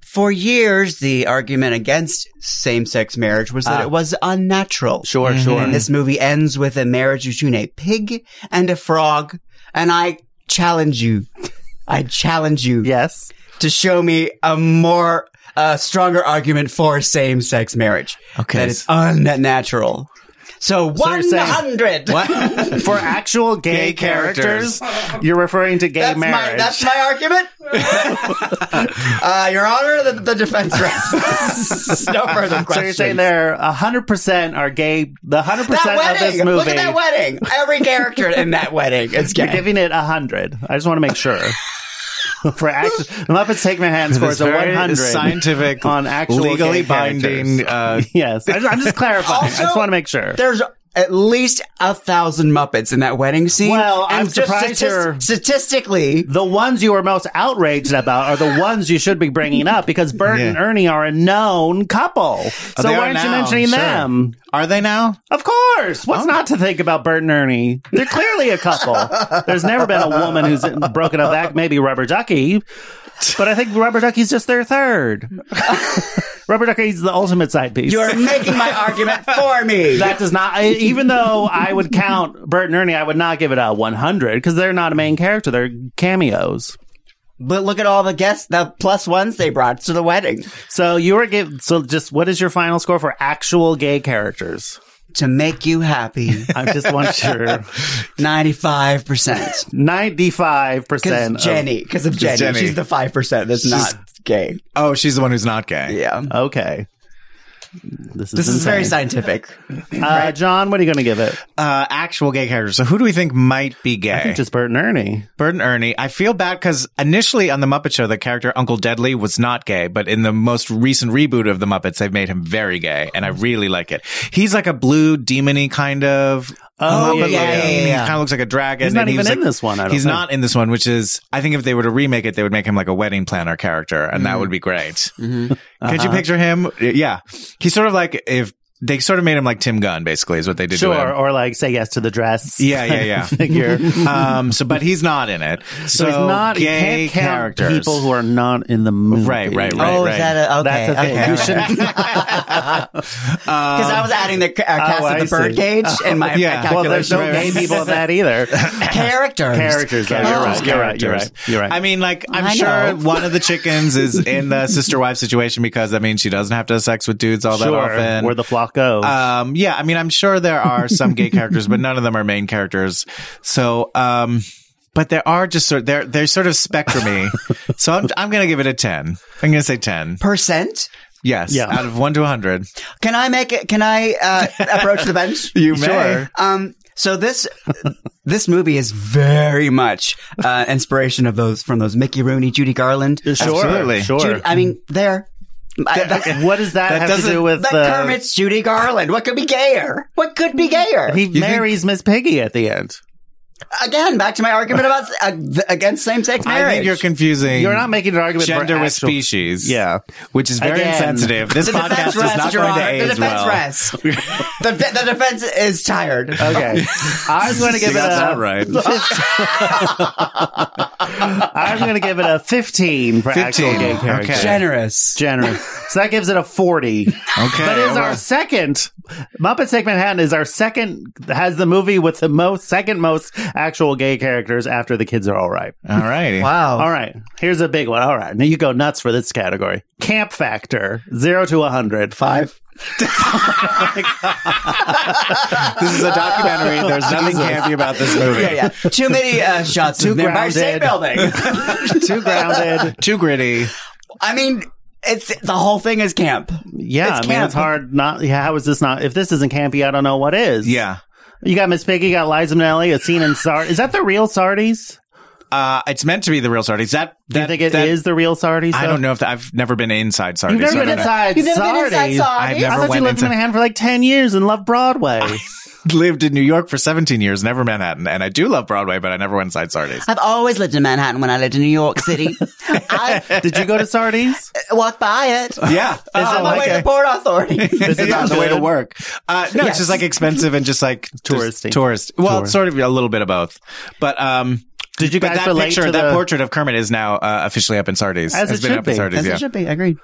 for years, the argument against same-sex marriage was that it was unnatural.
Ah.
Mm-hmm.
Sure, sure.
And this movie ends with a marriage between a pig and a frog. And I challenge you. I challenge you
Yes.
to show me a more, a stronger argument for same-sex marriage.
Okay.
That it's unnatural. So,
you're saying-
100.
What?
For actual gay,
Gay characters.
characters, you're referring to gay
That's
marriage.
my, that's my argument. uh, Your Honor, the, the defense rests. no further questions.
so you're saying there, hundred percent are gay. The hundred
that
percent of
wedding.
this movie.
Look at that wedding. Every character in that wedding is
You're
gay.
giving it a hundred. I just want to make sure. For act- the Muppets Take My Hand scores
It's
a
very
one hundred
scientific,
on actual
legally
gay characters.
binding, uh,
yes, I, am just clarifying. I just
Also,
want to make sure.
There's at least a thousand Muppets in that wedding scene.
Well,
and
I'm
just
surprised you're-
statistically.
The ones you are most outraged about are the ones you should be bringing up because Bert and
Yeah.
Ernie are a known couple.
Oh,
so
they are
why aren't you
now,
mentioning
sure.
them?
Are they now?
Of course. What's not to think about Bert and Ernie? They're clearly a couple. There's never been a woman who's broken up that maybe Rubber Ducky, but I think Rubber Ducky's just their third. Rubber Ducky's the ultimate side piece.
You're making my argument for me.
that does not, I- even though I would count Bert and Ernie, I would not give it a 100 because they're not a main character. They're cameos.
but look at all the guests, the plus ones they brought to the wedding.
So you were give. So just what is your final score for actual gay characters?
To make you happy,
I just want your
95%.
ninety-five percent.
Because Jenny, because of Jenny.
Jenny.
She's the 5% that's not gay.
Oh, she's the one who's not gay.
Yeah.
okay. This is
This is very
insane.
scientific.
Uh, John, what are you going to give it?
Uh, actual gay characters. So who do we think might be gay?
I think just Bert and Ernie.
Bert and Ernie. I feel bad because initially on the Muppet Show, the character Uncle Deadly was not gay, but in the most recent reboot of the Muppets, they've made him very gay, and I really like it. He's like a blue demony kind of.
Oh,
Muppet
yeah,
looking.
yeah, yeah,
He
yeah.
kind of looks like a dragon.
He's not
and he
even
was
in
like-
this one, I don't
he's
think.
not in this one, which is I think if they were to remake it, they would make him like a wedding planner character, and
Mm-hmm.
that would be great. Could
Uh-huh.
you picture him? Yeah, he's sort of like if they sort of made him like Tim Gunn, basically, is what they did. to him.
Sure, or like say yes to the dress.
Yeah, yeah, yeah.
Figure.
um, so, but he's not in it. So,
So he's not
gay
you can't count
characters.
People who are not in the movie.
Right, right, right.
oh, is that a, okay?
That's a thing.
okay.
You shouldn't.
Because I was adding the ca- uh, cast
Um, oh, I
of the
see. Oh.
birdcage in my
Yeah.
my
well, there's no gay
calculations.
people in that either.
characters.
Characters, though. You're right. You're right. You're right. You're right.
I mean, like, I'm
I
sure
know.
one of the chickens is in the sister wife situation because that means she doesn't have to have sex with dudes all that often.
Where the flock goes.
um, yeah, I mean, I'm sure there are some gay characters, but none of them are main characters. So, um, but there are just sort they're they're sort of spectrumy. so I'm I'm gonna give it a ten. I'm gonna say ten.
Percent?
Yes,
Yeah.
out of one to hundred.
Can I make it? Can I uh, approach the bench?
You may. Sure.
Um, so this this movie is very much uh, inspiration of those from those Mickey Rooney, Judy Garland.
Absolutely.
Sure.
Judy, I mean, there. I, that,
what does that,
That
have to
doesn't-
do with uh,
that
the?
Kermit's Judy Garland. What could be gayer? What could be gayer?
He marries Miss Piggy at the end.
Again, back to my argument about uh, th- against same-sex marriage.
I think you're confusing.
You're not making an argument for
gender with
actual-
species.
Yeah.
which is very
Again.
insensitive. This
the
podcast
defense
is
rests,
not
Your
going to
Honor. The
age
defense
well.
rests. the, the defense is tired.
Okay, I was going to give
You
it
got that
a.
right.
I'm going to give it a 15 for actual
15.
gay characters.
Okay.
Generous.
Generous. So that gives it a 40.
Okay,
That is
well.
our second. Muppet Take Manhattan is our second, has the movie with the most, second most actual gay characters after The Kids Are All Right.
All righty.
Wow.
All right. Here's a big one. All right. Now you go nuts for this category. Camp Factor, zero to 100.
Five.
This is a documentary. There's nothing campy about this movie.
Yeah, yeah. Too many uh, shots
Too
of the Empire State Building.
Too grounded.
Too gritty.
I mean, it's the whole thing is camp.
Yeah. I
It's
mean,
camp.
it's hard not. Yeah. How is this not? If this isn't campy, I don't know what is.
Yeah.
You got Miss Piggy, you got Liza Minnelli, a scene in Sard. Is that the real Sardies?
Uh, it's meant to be the real Sardis. That,
Do
that
you think it is
that-
the real Sardies?
I
though?
don't know if that, I've never been inside Sardis.
You've never
so I
been
don't know.
inside
You've never been inside
Sardies.
Sardies?
I've
I
never
thought you
went
lived in
inside.
Manhattan for like 10 years and loved Broadway.
lived in New York for 17 years, never Manhattan. And I do love Broadway, but I never went inside Sardi's.
I've always lived in Manhattan when I lived in New York City. I
Did you go to Sardi's?
walk by it.
Yeah.
on my Uh, way to Port Authority.
Is it not the way to work?
Uh, no, it's just like expensive and just like just
Touristy.
Tourist. Well, it's sort of a little bit of both. But um,
Did you
but
guys
that
relate
picture,
to
that
the-
portrait of Kermit is now uh, officially up in Sardi's.
As
Has
it
been
should
up in
be.
Sardi's,
As
yeah.
it should be. Agreed.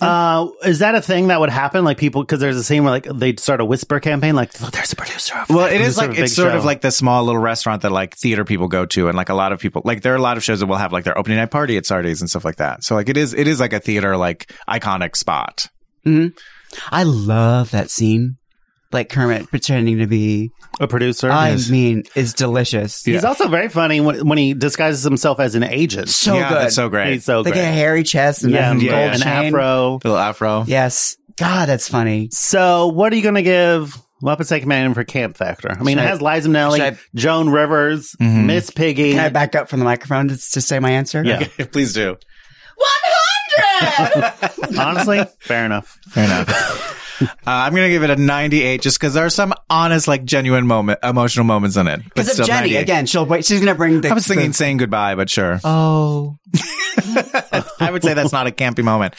Uh, is that a thing that would happen? Like people, because there's a scene where like they start a whisper campaign, like "Look, there's a producer. Over
Well,
there."
it
There's
is
a
like
big
it's sort of
show.
like the small little restaurant that like theater people go to, and like a lot of people like there are a lot of shows that will have like their opening night party at Sardi's and stuff like that. So like it is it is like a theater like iconic spot.
I love that scene. Like Kermit pretending to be.
a producer.
I
Yes.
mean, is delicious.
He's also very funny when, when he disguises himself as an agent.
So
yeah,
good.
that's so great.
He's so
like
great.
a hairy chest and
yeah,
a
and
gold
yeah,
an
chain.
afro.
Little afro.
Yes. God, that's funny.
So, what are you going to give Muppet Psycho Mansion for Camp Factor? I mean,
Should
it
I-
has Liza Minnelli,
should I-
Joan Rivers,
Mm-hmm.
Miss Piggy.
Can I back up from the microphone to, to say my answer?
Yeah.
Please do.
Honestly, fair enough.
Fair enough. Uh, I'm gonna give it a 98, just because there are some honest, like genuine moment, emotional moments in it. But
Because
still,
of Jenny
98.
again, she'll wait. She's gonna bring the.
I was thinking
the-
saying goodbye, but sure.
oh,
I would say that's not a campy moment,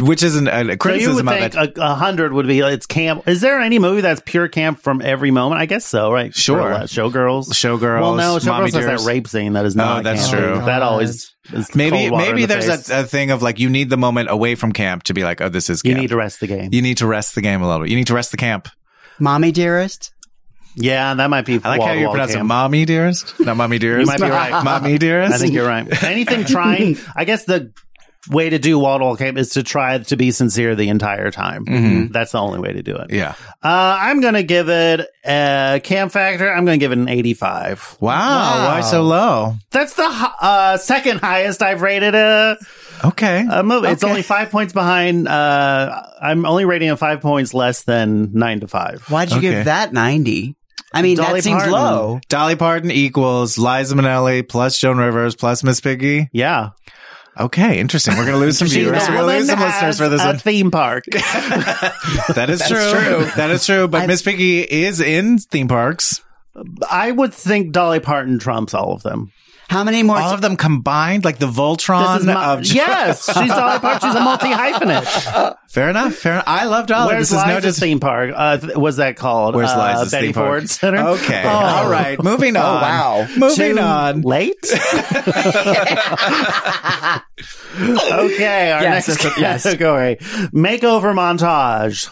which isn't a, a
So you would
criticism of
think
it.
a, a hundred would be like, it's camp. Is there any movie that's pure camp from every moment? I guess so, right?
Sure.
Or, uh, Showgirls,
Showgirls,
Well, no,
Mommy
Showgirls has
Dearest. Oh,
that rape scene that is not.
that's
camp.
true.
That always is
Maybe
cold water
maybe
in the
there's
face.
a, a thing of like you need the moment away from camp to be like, oh, this is
you
camp.
need to rest the game.
You need to rest the game a little bit. You need to rest the camp.
mommy dearest.
yeah, that might be.
I like how you
wall-to-wall
pronounce it,
camp.
mommy dearest, not mommy dearest.
might be right.
mommy dearest.
I think you're right. Anything trying, I guess the way to do wall to wall camp is to try to be sincere the entire time. That's the only way to do it.
Mm-hmm. Yeah.
Uh, I'm going to give it a camp factor. I'm going to give it an 85.
Wow, Why so low?
That's the hi- uh, second highest I've rated a,
Okay.
a movie. It's
Okay.
only five points behind. Uh, I'm only rating it five points less than nine to five.
Why'd you
Okay.
give that ninety? I mean,
Dolly
that seems
Parton.
low.
Dolly Parton equals Liza Minnelli plus Joan Rivers plus Miss Piggy.
Yeah.
Okay, interesting. We're gonna lose some
She's
viewers.
a
We're gonna
woman
lose some
at
listeners for this
a
one.
theme park.
That is true. That is true. But Miss Piggy is in theme parks.
I would think Dolly Parton trumps all of them.
How many more?
All of them combined, like the Voltron
This is my-
of
yes, she's Dolly Parton. She's a multi hyphenate.
Fair enough. Fair enough. I love Dolly.
Where's
Oh, this is no
Liza's
dis-
theme park? Uh, th- was that called?
Where's
uh,
Liza's
Betty
theme park?
Ford Center.
Okay.
Oh.
All right. Moving on.
wow.
Moving
Too
on.
Late. okay. Our
Yes,
next
yes.
category: makeover montage.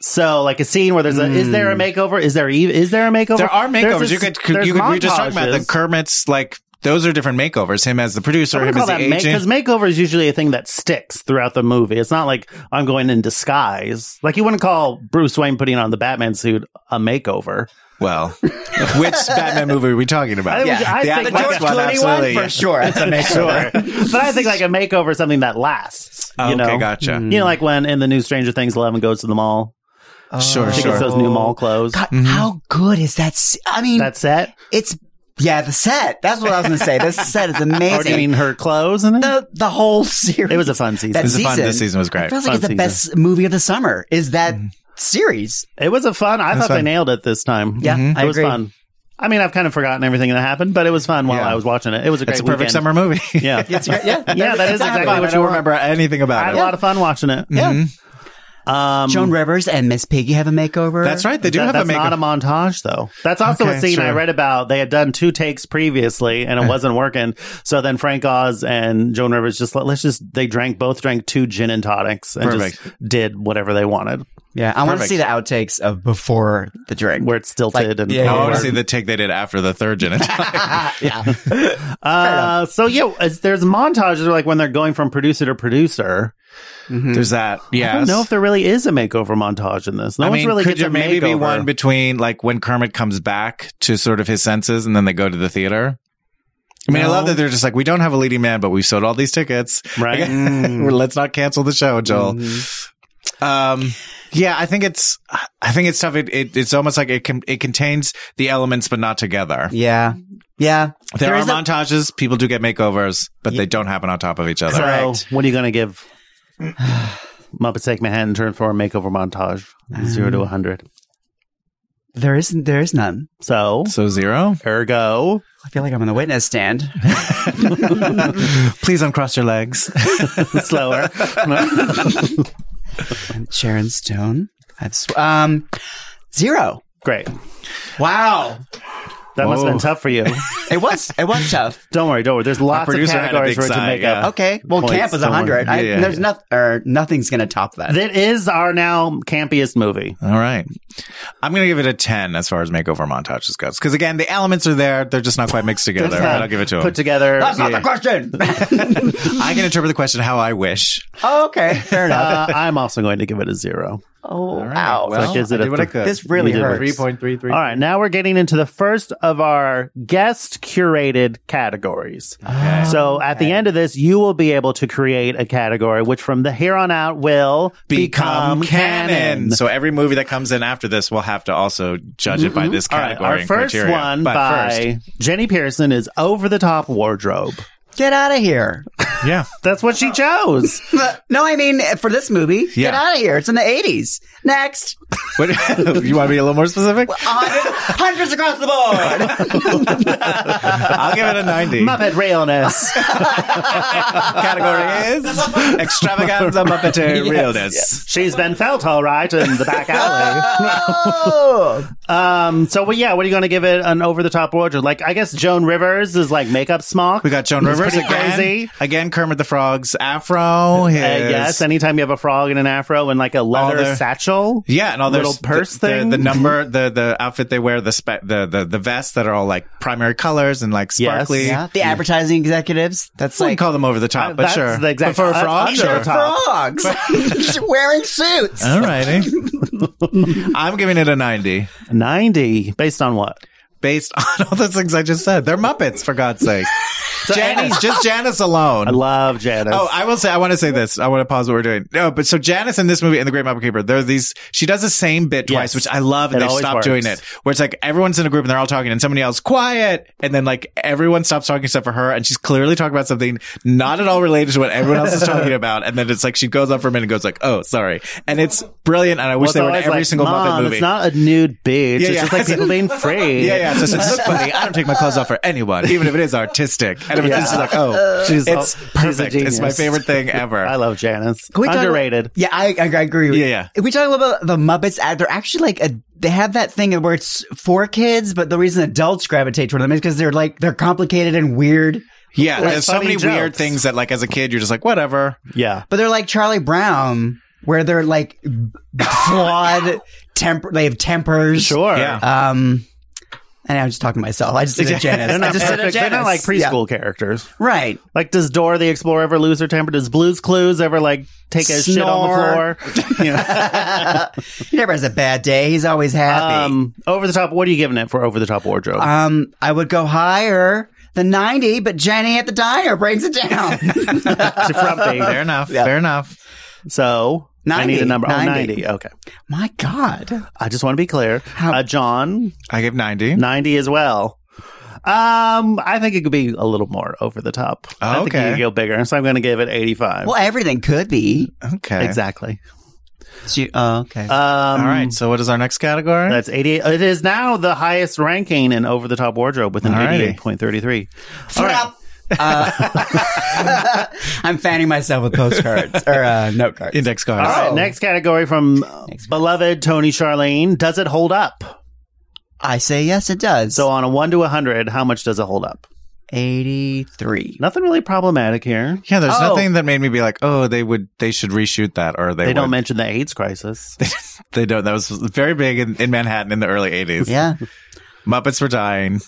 So, like a scene where there's a is there a makeover? Is there eve- is there a makeover?
Hmm. There are makeovers.
There's a
you
s-
could, could
there's
you could we were just talking about the
montages.
Kermit's like those are different makeovers. Him as the producer, him as the
because
agent.
makeover is usually a thing that sticks throughout the movie. It's not like I'm going in disguise. Like you wouldn't call Bruce Wayne putting on the Batman suit a makeover.
well, which Batman movie are we talking
I
about?
think- I
The
think
Atlas
George
one,
Clooney one
absolutely.
for sure. That's a makeover.
but I think like a makeover is something that lasts. You
Okay,
know?
gotcha.
You know, like when in the new Stranger Things, Eleven goes to the mall.
Sure,
Mm. I think
sure.
it's those new
Oh.
mall clothes.
God,
Mm-hmm.
How good is that? s- I mean,
That set.
it's yeah, the set. That's what I was gonna say. This set is amazing.
Or do you mean her clothes in it?
the the whole series.
It was a fun season.
That
It was
a fun- this season was great. Mm-hmm.
It feels
Fun
like it's the
season.
best movie of the summer. Is that series?
It was a fun. I thought they
fun. Mm-hmm.
nailed it this time.
Yeah, Mhm.
it
I
was
agree.
fun. I mean, I've kind of forgotten everything that happened, but it was fun while
Yeah.
I was watching it. It was a great.
It's a perfect
weekend.
summer movie.
Yeah,
Yeah,
yeah, that is exactly
I
what you
don't
were.
remember anything
I
about
had
it. Mm-hmm.
a lot of fun watching it.
Yeah.
Um,
Joan Rivers and Miss Piggy have a makeover.
That's right. They do
that-
have
that's
a makeover.
not a montage though. That's also
Okay,
a scene I
sure. Eh.
read about. They had done two takes previously and it wasn't working. So then Frank Oz and Joan Rivers just let, let's just they drank both drank two gin and tonics and just
Perfect.
did whatever they wanted.
Yeah, I want to
Perfect.
see the outtakes of before the drink.
Where it's stilted and
yeah, yeah,
Oh, I
yeah.
want to see the take they did after the third gin. and
Mm-hmm.
tonic.
Uh, so yeah, it's, there's montages where, like when they're going from producer to producer.
There's that. Yeah.
I don't know if there really is a makeover montage in this. No
I
one's
mean,
really
could
gets
there
a
maybe be
makeover.
one between like when Kermit comes back to sort of his senses and then they go to the theater? I mean, I love that they're just like, we don't have a leading man, but we've sold all these tickets.
Right. Mm.
Well, Let's not cancel the show, Joel.
Mm-hmm.
Um, yeah, I think it's, I think it's tough. It, it, it's almost like it can, it contains the elements, but not together.
Yeah, yeah.
There, are
is a-
montages. people do get makeovers, but they don't happen on top of each other.
So what are you going to give Muppet Take Manhattan Turn for a makeover montage? Zero to a hundred.
There isn't. There is none.
So,
So zero.
ergo,
I feel like I'm on the witness stand.
Please uncross your legs.
slower.
Sharon Stone. I've sw- um zero.
Great.
Wow.
That must have been tough for you.
It was. It was tough.
Don't worry, don't worry. There's lots of
producer had a
categories
big
for it to
sigh,
make
yeah.
up.
Okay. Well,
Points,
camp is
someone-
hundred. I
yeah, yeah,
there's
yeah.
noth- or nothing's gonna top that.
That is our now campiest movie.
All right. I'm going to give it a 10 as far as makeover montages goes. Because again, the elements are there. They're just not quite mixed together.
It's not
I'll give it to him.
Put together.
That's not the question.
I can interpret the question how I wish.
oh, okay. Fair enough.
Uh, I'm also going to give it a zero.
oh
All right.
wow.
Well,
Like, is
I
it a
did what I
th-
could.
this really
We did
hurts.
3.33.
All right, now we're getting into the first of our guest curated categories. So at the end of this, you will be able to create a category, which from the here on out will
become canon.
canon.
So every movie that comes in after this will have to also judge it by this
Mm-hmm. All right,
category
our
and
first
criteria.
one
But
by Jenny Pearson is Over the Top Wardrobe.
Get out of here.
first, yeah,
That's what she chose.
No, I mean for this movie.
Yeah.
Get out of here. It's in the eighties. Next.
What- you want to be a little more specific?
Hundred- Hundreds across the board.
I'll give it a ninety.
Muppet realness.
category is extravaganza muppeteer realness.
She's been felt all right in the back alley.
Oh.
um, so, well, yeah, what are you going to give it an over the top wardrobe? Like, I guess Joan Rivers is like makeup smock.
We got Joan
It's
Rivers
pretty
again.
crazy.
Again, Kermit the Frog's afro. His,
Uh, yes, anytime you have a frog in an afro and like a leather
their-
satchel.
yeah, and all their
little
s-
purse
the, the-
thing.
the, number, the the outfit they wear, the spe- the the the vests that are all like primary colors and like
Yes.
sparkly.
Yeah. The advertising executives. That's
I wouldn't
like
call them over the
Uh,
top, but
that's
sure.
the exact- uh,
But for a
that's
frog,
under
sure.
the top.
frogs wearing suits.
All righty. I'm giving it a 90
90, based on what?
based on all the things I just said. They're Muppets, for God's sake. Janice, just Janice alone.
I love Janice.
Oh, I will say, I want to say this. I want to pause what we're doing. No, but so Janice in this movie, in The Great Muppet Keeper, there are these, she does the same bit
Yes.
twice, which I love,
It
and they
always
stop
works.
doing it. Where it's like everyone's in a group and they're all talking, and somebody else, quiet. And then like everyone stops talking except for her, and she's clearly talking about something not at all related to what everyone else is talking about. And then it's like she goes on for a minute and goes like, oh, sorry. And it's brilliant, and I
Well, it's
wish they were in
always
every
like,
single Muppet
Mom,
movie.
It's not a nude bitch. it's
Yeah, yeah.
just like people being free.
Yeah, yeah. So it's just, "Look, buddy, I don't take my clothes off for anyone, even if it is artistic. And if it's just like, oh,
She's a-
it's
she's a
perfect. It's my
genius.
favorite thing ever.
I love Janice.
Can we talk about-
Underrated.
yeah, I, I, I agree. With,
Yeah, yeah.
If we talk about the Muppets ad, they're actually like a. They have that thing where it's for kids, but the reason adults gravitate toward them is because they're like they're complicated and weird.
yeah,
like
there's so
funny
many weird
jokes.
things that, like, as a kid, you're just like, whatever.
Yeah.
But they're like Charlie Brown, where they're like flawed temper. They have tempers.
Sure.
Yeah.
Um, and I'm just talking to myself. I just did a Janice.
They're
I
not
just did a
perfect. They're not
Janice.
like
Yeah.
preschool characters.
Right.
Like, does Dora the Explorer ever lose her temper? Does Blue's Clues ever like take a shit on
Snore.
the floor? You know?
He never has a bad day. He's always happy. Um,
um, over the top. What are you giving it for over the top wardrobe?
I would go higher than 90, but Jenny at the diner brings it down.
To frumpy.
Fair enough. Fair enough.
So I
90,
need a number. Oh,
90.
90. Okay.
My God.
I just want to be clear. Uh, John,
I give 90.
90 as well. Um, I think it could be a little more over the top. I think
Okay.
you could go bigger. So I'm going to give it 85.
Well, everything could be.
Okay.
Exactly.
She- oh, okay.
Um,
eh. All right. So, what is our next category?
That's 88. It is now the highest ranking in over the top wardrobe with an
Alrighty.
88.33.
Flip. Uh, I'm fanning myself with postcards or uh, note cards.
Index
All
Oh.
cards.
right. Next category from uh, beloved Tony Charlene. Does it hold up?
I say yes, it does.
So on a 1 to 100, how much does it hold up?
83.
Nothing really problematic here.
Yeah, there's
Oh.
nothing that made me be like, oh, they would, they should reshoot that, or they,
They don't
would.
mention the AIDS crisis.
they don't. That was very big in, in Manhattan in the early '80s.
Yeah.
Muppets were dying.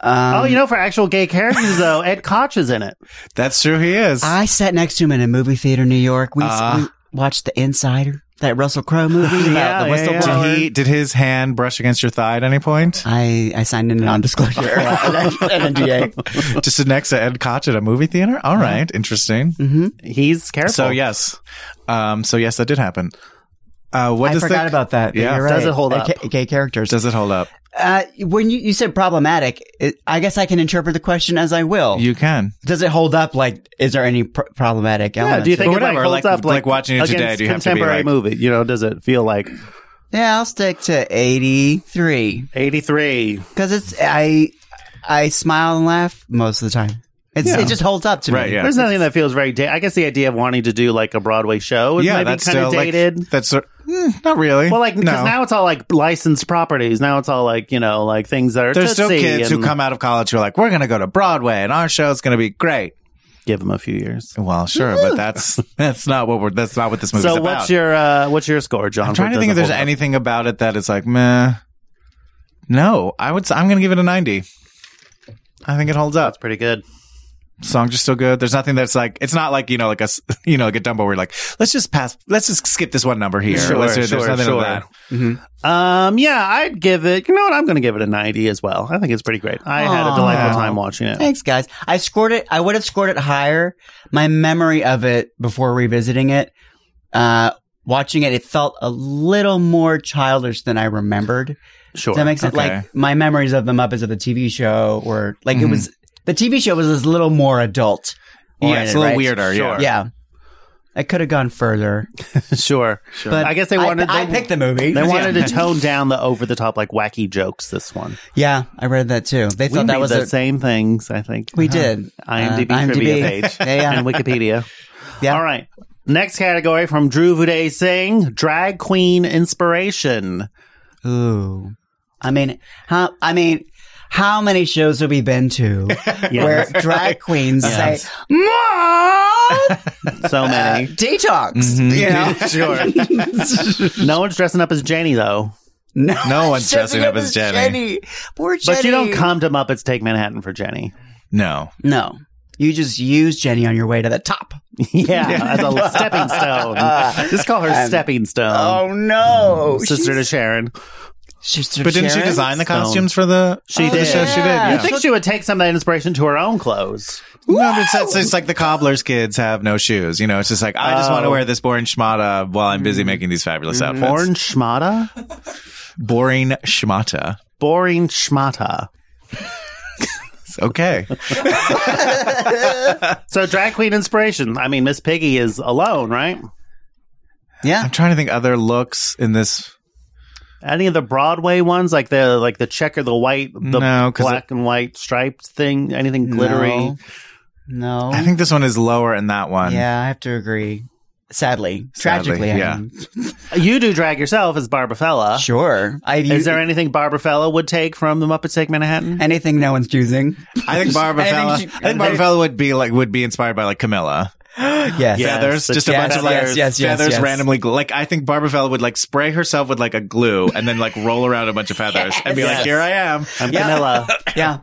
Um,
oh, you know, for actual gay characters though, Ed Koch is in it.
That's true. He is.
I sat next to him in a movie theater in New York. We,
Ah.
we watched The Insider, that Russell Crowe movie about
Yeah,
the
yeah, yeah.
whistleblower.
did he? Did his hand brush against your thigh at any point?
I, I signed in a non-disclosure an NDA.
just sit next to Ed Koch at a movie theater. All right, interesting.
Mm-hmm.
He's careful.
So yes, um, so yes, that did happen. Uh, what
I
does
forgot
the,
about that.
Yeah.
You're right.
Does it hold
Uh,
up?
Gay, gay characters.
Does it hold up?
uh, when you, you said problematic, it, I guess I can interpret the question as I will.
You can.
Does it hold up? Like, is there any pr- problematic element?
Yeah, do you think
Or
it like,
whatever,
holds
like-
up like,
like watching it today,
against
do you have to be,
contemporary
like-
movie? You know, does it feel like
Yeah, I'll stick to 83
83.
because it's I I smile and laugh most of the time. It's,
Yeah.
It just holds up to
Right,
me.
yeah.
There's nothing that feels very. Da- I guess the idea of wanting to do like a Broadway show is maybe kind of
still, like,
dated.
that's sort- mm, not really.
well, like because
no.
now it's all like licensed properties. Now it's all like you know like things that are
there's still
Tootsie
kids who
and-
come out of college who are like, we're going to go to Broadway and our show's going to be great.
Give them a few years.
Well, sure, but that's that's not what we're that's not what this movie's
Mm. So
about.
what's your uh, what's your score, John?
I'm trying
for
to think if
doesn't
there's
hold up?
anything about it that it's like meh. No, I would. s- I'm going to give it a 90. I think it holds up.
That's pretty good.
Songs are still good. There's nothing that's like it's not like you know like a s- you know like a Dumbo where you're like let's just pass let's just skip this one number here.
Sure,
Let's-
sure,
there's nothing
sure.
of that.
Um, yeah, I'd give it. You know what? I'm going to give it a 90 as well. I think it's pretty great. I had a delightful time watching it.
Thanks, guys. I scored it. I would have scored it higher. My memory of it before revisiting it, uh, watching it, it felt a little more childish than I remembered.
Sure.
Does that makes sense.
Okay.
Like my memories of the Muppets of the TV show, or like
Mm-hmm.
it was the TV show was a little more adult.
Yeah, it's a
oriented,
little
right?
weirder. Yeah,
Yeah, I could have gone further,
sure.
but
I guess they
I-
wanted.
I,
they,
picked the movie.
They wanted to tone down the over the top, like wacky jokes. This one.
yeah, I read that too. They
We
thought that
read
was
the
a,
same things. I think Uh-huh.
We did.
IMDb,
Uh, IMDb.
trivia page.
Yeah, yeah.
And Wikipedia.
Yeah.
All right. Next category from Drew Voudet Singh: drag queen inspiration.
Ooh. I mean, how, I mean, how many shows have we been to where drag queens say, Mom!
So many.
Detox.
Mm-hmm.
You know?
no one's dressing up as Jenny though.
No,
No one's dressing up as Jenny.
Poor Jenny.
But you don't come to Muppets Take Manhattan for Jenny.
No,
No. You just use Jenny on your way to the top.
Yeah, as a stepping stone. Just call her stepping
Oh,
stone.
no.
Sister to Sharon.
Sister
but didn't she
Mm. Sharon?
design the
Stone.
costumes for the
She
for the
did.
show? She did.
Yeah.
Yeah.
You think she would take some of that inspiration to her own clothes?
No, but it's, it's, it's like the cobbler's kids have no shoes. You know, it's just like I just want to wear this boring schmata while I'm busy making these fabulous outfits.
Born schmata?
boring schmata.
Boring schmata.
It's okay.
So drag queen inspiration. I mean, Miss Piggy is alone, right?
Yeah.
I'm trying to think other looks in this.
Any of the Broadway ones, like the like the checker, the white, the
No, 'cause
black and white striped thing, anything glittery?
No. No.
I think this one is lower in that one.
yeah, I have to agree. Sadly.
Sadly,
Tragically, I
yeah.
mean.
You do drag yourself as Barbara Fella.
Sure. I
Is there anything Barbara Fella would take from the Muppets Take Manhattan?
anything no one's choosing?
I think Barbara
I think
Fella.
she-
I think Barbara Fella would be like would be inspired by like Camilla.
Yes.
Yeah.
feathers,
the
just a
yes,
bunch of like
yes, yes, yes,
feathers
yes.
randomly. Gl- like I think Barbara Fella would like spray herself with like a glue and then like roll around a bunch of feathers and be like, "Here I am."
I'm
Yeah.
Camilla.
Yeah.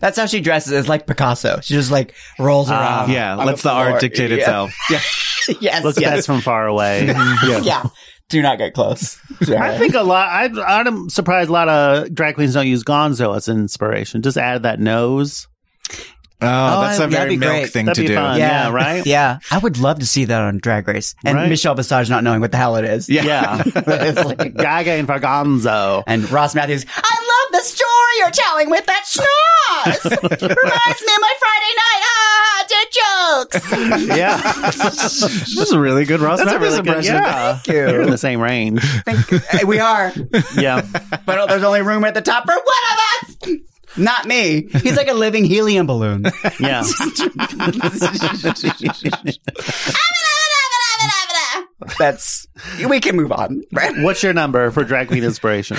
That's how she dresses. It's like Picasso. She just like rolls
Ah,
around.
yeah,
on
lets the art
floor.
dictate
Yeah.
itself.
yes.
Looks
yes.
best from far away.
Yeah. Do not get close.
I think a lot. I, I'm surprised a lot of drag queens don't use Gonzo as an inspiration. Just add that nose.
Oh, that's a
that'd
very
be
milk
great.
thing
That'd be
to do.
fun. Yeah, right?
Yeah. I would love to see that on Drag Race. And
Right.
Michelle Visage not knowing what the hell it is.
Yeah, it's like Gaga and for Gonzo.
And Ross Matthews, I love the story you're telling with that schnoz. Reminds me of my Friday night. Ah, dick jokes.
Yeah,
This is a really good Ross.
that's a really good. Yeah,
Thank you.
are in the same range.
Think- we are.
Yeah,
But oh, there's only room at the top for one of us. Not me. He's like a living helium balloon.
yeah.
That's we can move on. Right?
What's your number for drag queen inspiration?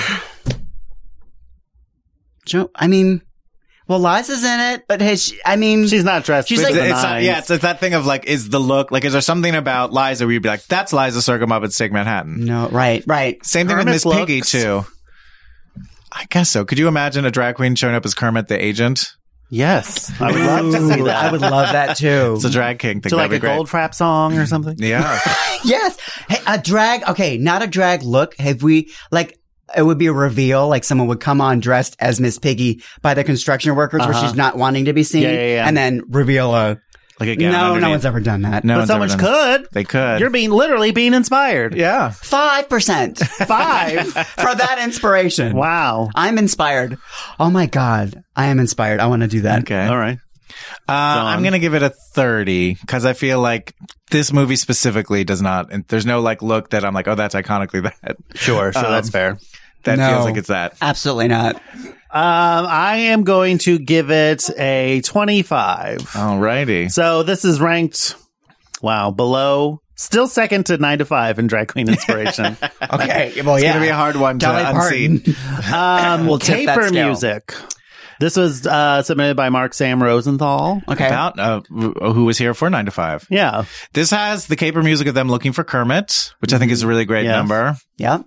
Jo- I mean, well, Liza's in it, but has she, I mean,
She's not dressed.
She's
with
like-
the
It's not-
nines.
yeah, it's, it's that thing of like, is the look like? Is there something about Liza where you'd be like, "That's Liza Circum up at Steak Manhattan"?
no right, right.
Same thing
Kermit's
with Miss Piggy
looks.
too. I guess so. Could you imagine a drag queen showing up as Kermit the Agent?
yes. I would love to see
Ooh,
that.
I would love that too.
It's a drag king thing.
to like a
That'd be great. Mm-hmm.
gold frap song or something.
Yeah.
yes, hey, a drag. Okay, not a drag look. Have we like? It would be a reveal, like someone would come on dressed as Miss Piggy by the construction workers, where
Uh-huh.
she's not wanting to be seen,
Yeah, yeah, yeah.
and then reveal a.
like a
No,
gown
no
underneath.
one's ever done that.
No
But
one's
someone
ever done that.
could.
They could.
You're being literally being inspired.
yeah.
Five percent for
Five.
that inspiration.
wow.
I'm inspired. Oh my god, I am inspired. I want to do that.
Okay.
All right.
Uh, I'm going to give it a 30 because I feel like this movie specifically does not, and there's no like look that I'm like, oh, that's iconically that. Um,
Sure, sure, that's fair.
That
No.
feels like it's that.
Absolutely not.
Um, I am going to give it a 25.
Oh. Alrighty.
So this is ranked, wow, below, still second to 9 to 5 in Drag Queen Inspiration.
Okay. Well,
It's going
yeah.
to be a hard one to
Dolly Parton.
unseat.
Um,
We'll tip that
taper
scale.
music. This was uh, submitted by Mark Sam Rosenthal.
Okay.
About uh, who was here for nine to five.
Yeah.
This has the caper music of them looking for Kermit, which I think is a really great
Yes.
number.
yeah.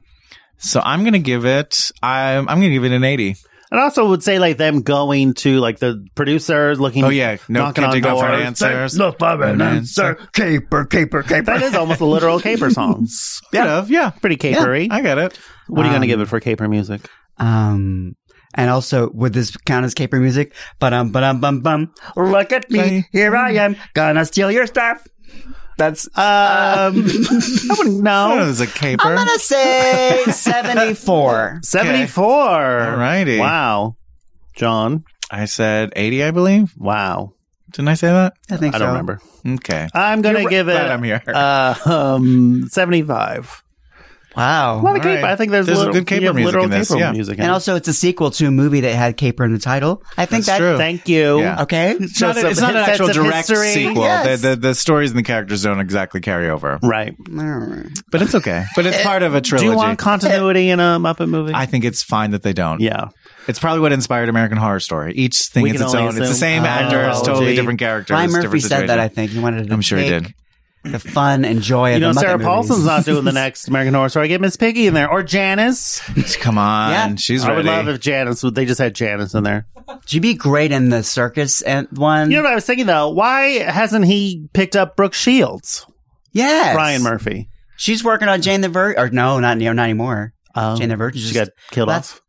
So I'm gonna give it. I'm I'm gonna give it an eighty.
And also would say like them going to like the producers looking.
Oh, yeah. No,
knocking
can't
on
dig up for an
doors.
answer. There's
no five
an
and
answer.
answer. Caper, caper, caper.
That is almost a literal caper song.
Sort of, yeah.
Pretty capery.
I um, got it.
what are you going to give it for caper music?
Um, and also, would this count as caper music? But um, but um, bum bum. Look at me, here I am, gonna steal your stuff. That's
Um, I wouldn't
I don't know.
know.
It's Oh, a caper.
I'm gonna say seventy four.
74.
Alrighty.
Wow. John.
I said eighty, I believe.
Wow.
Didn't I say that?
I think
I don't
so.
remember.
Okay.
I'm going to give it
glad I'm here.
Uh, um, 75.
Wow.
A lot of
All
caper.
right.
I think there's,
There's a
little,
good caper
you have
music
literal
in this,
caper
yeah.
music in
and
it.
also, it's a sequel to a movie that had caper in the title. I think
That's
that.
true.
Thank you.
Yeah.
Okay.
It's not,
So
a, it's not an
sets
actual
of
direct
history.
sequel.
Yes.
The, the the stories and the characters don't exactly carry over,
Right.
but it's okay. But it's part of a
Uh, Do
trilogy.
you want continuity in a Muppet movie?
I think it's fine that they don't.
yeah.
It's probably what inspired American Horror Story. Each thing
We
is
can
its
only
own. It's the
assume-
same
Oh,
actors, totally
apology.
different characters.
Ryan Murphy
different
said that.
situation.
I think he wanted. To
I'm sure he
take
did.
The fun and joy
You
of
know,
the Muppet
Sarah
movies.
Paulson's not doing the next American Horror Story. Get Miss Piggy in there or Janice.
Come on,
Yeah.
she's
I would
ready.
love if Janice. would- They just had Janice in there.
She'd be great in the circus and one.
You know what I was thinking though? Why hasn't he picked up Brooke Shields?
yes.
Brian Murphy.
She's working on Jane the Virgin. Or no, not no, not anymore.
Oh.
Jane the Virgin.
She
just-
got killed
that's-
off.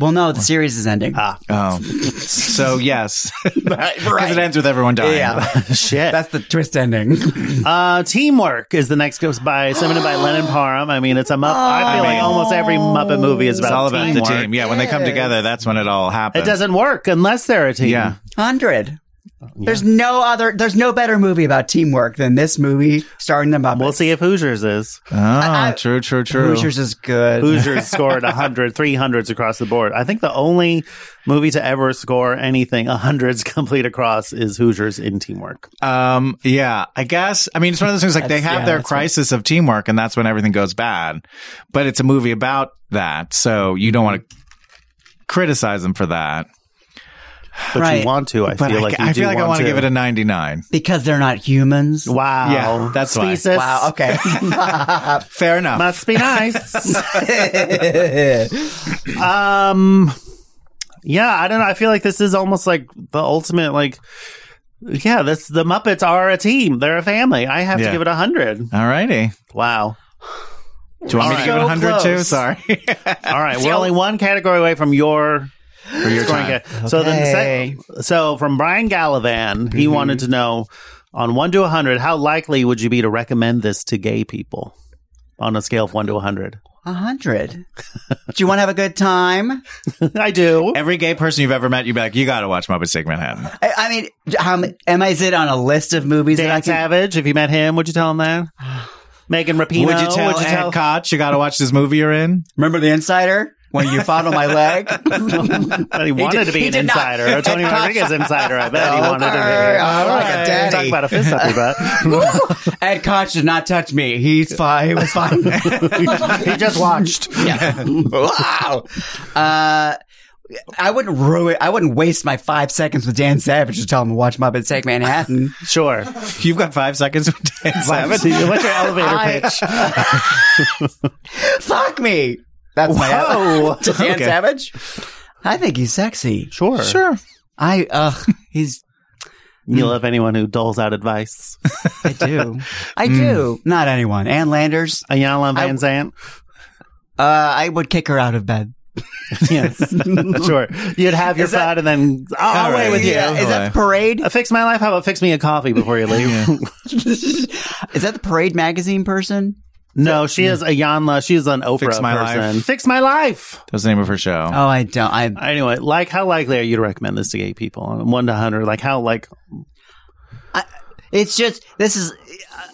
Well, no, the series is ending.
Ah,
Oh, so yes, because it ends with everyone dying.
Yeah.
shit.
That's the twist ending.
Uh, Teamwork is the next goes by submitted by Lennon Parham. I mean, it's a Muppet. I feel
I
like
mean-
almost every Muppet movie is
Oh. it's
about
all about
teamwork.
the team. Yeah, when they come together, that's when it all happens.
It doesn't work unless they're a team.
Yeah,
Hundred.
Oh,
There's no other. There's no better movie about teamwork than this movie starring the Muppets.
We'll see if Hoosiers is.
oh, true, true, true.
Hoosiers is good.
Hoosiers scored 100, 300s across the board. I think the only movie to ever score anything 100s complete across is Hoosiers in Teamwork.
Um, yeah, I guess. I mean, it's one of those things like they have
yeah,
their
that's what-
crisis of teamwork, and that's when everything goes bad. But it's a movie about that, so you don't want to criticize them for that.
But
Right.
you want to. I
But
feel
I,
like you
I
do
feel like I
want
want to
to
give it a ninety-nine.
because they're not humans.
Wow.
Yeah, that's why.
Thesis.
Wow. Okay.
Fair enough.
Must be nice. um, yeah, I don't know. I feel like this is almost like the ultimate, like, yeah, this the Muppets are a team. They're a family. I have
Yeah.
to give it a hundred.
All righty.
Wow.
Do you want me to give it
So
100 too?
close.
Sorry.
All right, we're only one category away from your. scoring ca- So
Okay. Mm-hmm.
then, so from Brian Gallivan, he wanted to know on one to hundred, how likely would you be to recommend this to gay people on a scale of one to hundred?
A hundred. Do you want to have a good time?
I do.
Every gay person you've ever met, you'd be like, you got to watch Muppets Take Manhattan.
I, I mean, how m- am I? Is it on a list of movies
Dan
that I can?
Savage, if you met him, would you tell him that? Megan Rapinoe,
would you tell
would you
Ed
tell?
Koch you got to watch this movie you're in?
Remember the Insider when you fought on my leg?
But he wanted
did-
to be
he
an
did not.
insider, a Tony Rodriguez insider. I bet he wanted to be.
Okay, all right, daddy.
Talk about a fist up your butt.
Ed Koch did not touch me. He's fine. He was fine.
he just watched.
yeah. wow. Uh, I wouldn't ruin. I wouldn't waste my five seconds with Dan Savage to tell him to watch Muppets Take Manhattan.
Sure.
You've got five seconds with Dan
What's
Savage.
your elevator
I-
pitch?
Fuck me. That's
Whoa.
my to Dan
Okay.
Savage. I think he's sexy.
Sure.
Sure.
I ugh. He's.
You love anyone who doles out advice.
I do. I do. Not anyone. Ann Landers.
Ayala Van Zant.
Uh, I would kick her out of bed.
Yes. sure. You'd have your
Is that-
fun and then I'll
All
away
right.
with you.
Yeah, Is that the parade?
Uh, fix my life. How about fix me a coffee before you leave?
Is that the parade magazine person?
No, she is a Yanla. She is an Oprah
Fix My Life.
person. Fix my life.
That was the name of her show.
Oh, I don't. I
Anyway, like how likely are you to recommend this to gay people? One to hundred. Like how like
It's just this is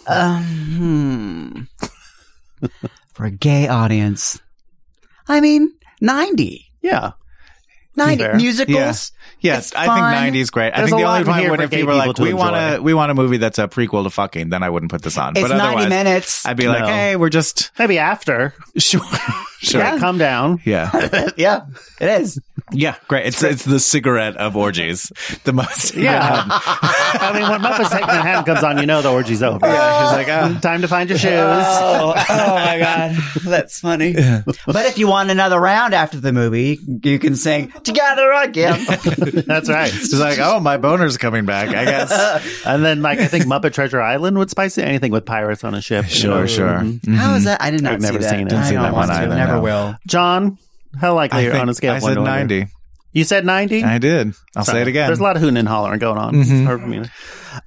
uh, um, hmm. for a gay audience. I mean, ninety.
yeah.
90
Fair.
musicals.
Yes. Yes,
It's
I think
fun.
90 is great. I
There's
think
a
the
lot
only
in
time
here
when
for
if
gay
people are
people
like,
to
we want to
enjoy."
we want a movie that's a prequel to fucking, then I wouldn't put this on.
It's
but
90
otherwise,
minutes.
I'd be like,
No.
hey, we're just
Maybe after.
sure, sure,
Yeah. Calm down.
yeah,
yeah, it is.
yeah, great. It's it's the cigarette of orgies, the most.
Yeah. I mean when Muppets Take Manhattan comes on, you know the orgy's over.
Yeah, she's like, ah.
Time to find your shoes.
Oh, oh my god, that's funny. But if you want another round after the movie, you can sing "Together Again."
That's right.
She's like, oh, my boner's coming back. I guess.
And then like I think Muppet Treasure Island would spice it anything with pirates on a ship.
sure, mm-hmm. sure.
How is that? I did not
I've
see
never
that.
seen it.
I
Didn't see
don't
that
want
one
to.
either,
Never
no.
will.
John, how likely
I
are you
think-
on a scale
I
of one
said
to 100?
90.
You said ninety?
I did. I'll say it again. Mm-hmm.
There's a lot of hooting and hollering going on. It's hard for me. to-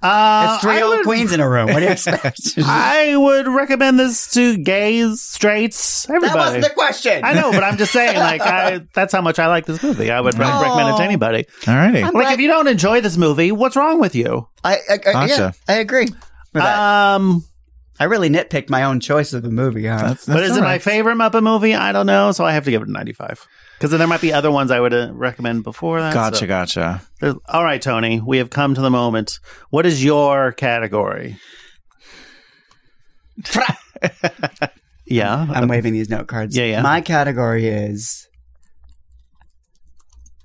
Uh,
It's three
I
old
would-
queens in a room. What do you expect?
I would recommend this to gays, straights,
that
everybody.
wasn't the question.
I know, but I'm just saying, like, I, that's how much I like this movie. I would re-
Oh.
recommend it to anybody.
All righty.
Like, if you don't enjoy this movie, what's wrong with you?
I, I, I yeah,
Gotcha.
I agree. with that.
Um,
I really nitpicked my own choice of the movie. Huh?
but is it my favorite Muppet movie? I don't know, so I have to give it a 95. Because then there might be other ones I would uh, recommend before that.
Gotcha,
so-
gotcha.
There's- All right, Tony, we have come to the moment. What is your category? yeah.
I'm waving these note cards.
Yeah, yeah.
My category is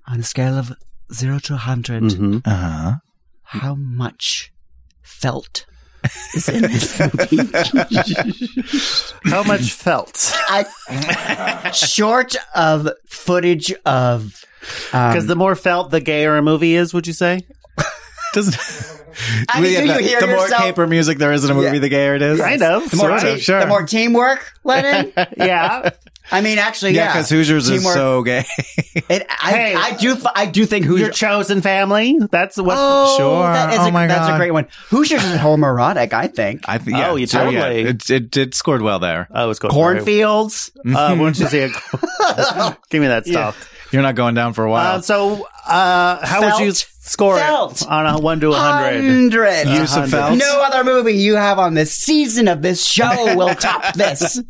on a scale of zero to 100
Mhm.
Uh huh.
how much felt is in this movie?
How much felt?
I, short of footage of. um,
Because the more felt the gayer a movie is, would you say?
Doesn't.
I mean, do
the,
you hear
the more
yourself?
caper music there is in a movie,
Yeah.
the gayer it is.
Kind
Oh,
of.
Sort
Right.
of, sure.
The more teamwork went in.
Yeah.
I mean, actually, yeah.
yeah, because Hoosiers is
Teamwork.
so gay.
It, I,
Hey.
I do. f- I do think
Your
Hoosiers.
chosen family. That's what.
Oh,
Sure.
That is
Oh
a,
my
that's a
God.
great one. Hoosiers is homoerotic. I think.
I th-
Oh, you totally-
It, it it scored well there.
Oh, it's going
Cornfields.
Uh, won't you see a? Give me that stuff.
You're not going down for a while.
Uh, so, uh, how would you
Felt.
score
Felt.
it on a one to a hundred?
Hundred.
Use of felt.
No other movie you have on this season of this show will top this.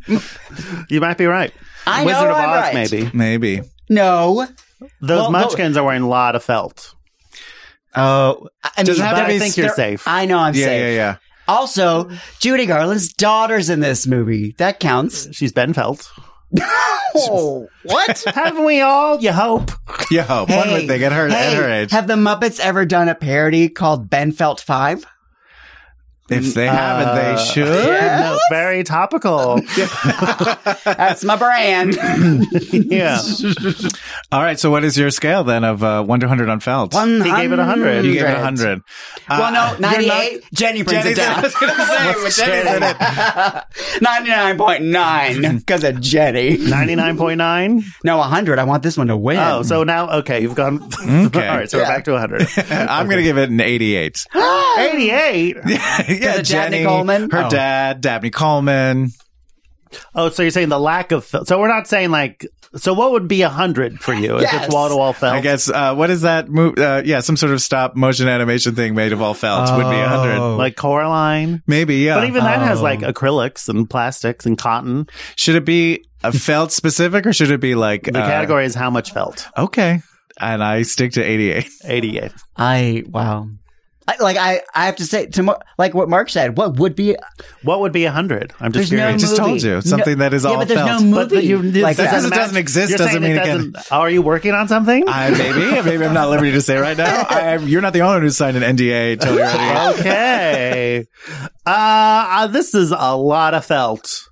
You might be right.
Um, I
Wizard
know
of
I'm
Oz,
right.
maybe.
Maybe.
No.
Those
Well, no-
Munchkins are wearing a lot of felt.
Oh, I
Does
mean,
it have
but
to be-
I
think you're
they're-
safe.
I know I'm
Yeah,
safe.
yeah, yeah.
Also, Judy Garland's daughter's in this movie. That counts.
She's Ben Felt.
Oh, what?
Haven't we all? You hope.
You hope. One would think at her at
hey,
her age.
Have the Muppets ever done a parody called Ben Felt Five?
if they haven't,
Uh,
they should.
No, very topical.
That's my brand.
yeah.
All right. So, what is your scale then of uh, one to hundred on Felt?
One
He gave it a hundred.
you gave it hundred. Uh,
Well, no, 98. Jenny brings it down. Ninety-nine point nine because of Jenny.
Ninety-nine point nine.
No, hundred. I want this one to win.
Oh, so now okay, you've gone. all right, so we're
Yeah.
back to hundred.
I'm going to give it an 88.
Eighty-eight.
yeah,
it Dabney Coleman?
Her
Oh.
dad, Dabney Coleman.
Oh, so you're saying the lack of felt. So we're not saying like. So what would be a hundred for you? If
Yes.
it's wall to wall felt.
I guess, uh, what is that move? Uh, yeah, some sort of stop motion animation thing made of all felts would be 100.
like Coraline.
Maybe, yeah.
But even that
oh.
has like acrylics and plastics and cotton.
should it be a felt specific or should it be like
The
uh,
category is how much felt.
Okay. And I stick to 88.
Eighty-eight.
I wow. I, like I, I have to say to Mar- like what Mark said. What would be?
What would be a hundred? I'm just
There's no
curious.
Just
movie.
told you, something that is
yeah,
all
but there's
felt.
no movie
But the- you-
like
that
that.
doesn't- doesn't exist,
You're
doesn't
saying
mean
it
it
doesn't- Are you working on something?
I maybe, maybe I'm not at liberty to say right now. I'm, you're not the owner who signed an NDA. Totally
okay. Uh, uh, this is a lot of felt.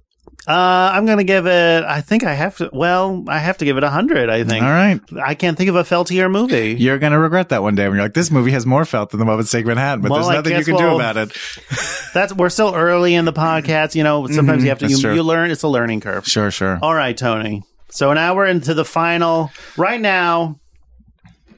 Uh, I'm gonna give it. I think I have to. Well, I have to give it a hundred. I
All
think.
right.
I can't think of a feltier movie.
You're going to regret that one day when you're like, this movie has more felt than the Muppets Take Manhattan, but
Well, I
there's nothing you
guess
can do
we'll-
about it.
That's we're still early in the podcast. You know, sometimes you have to.
Mm-hmm. that's
You,
true.
you learn. It's a learning curve.
Sure, sure.
All right, Tony. So now we're into the final. Right now,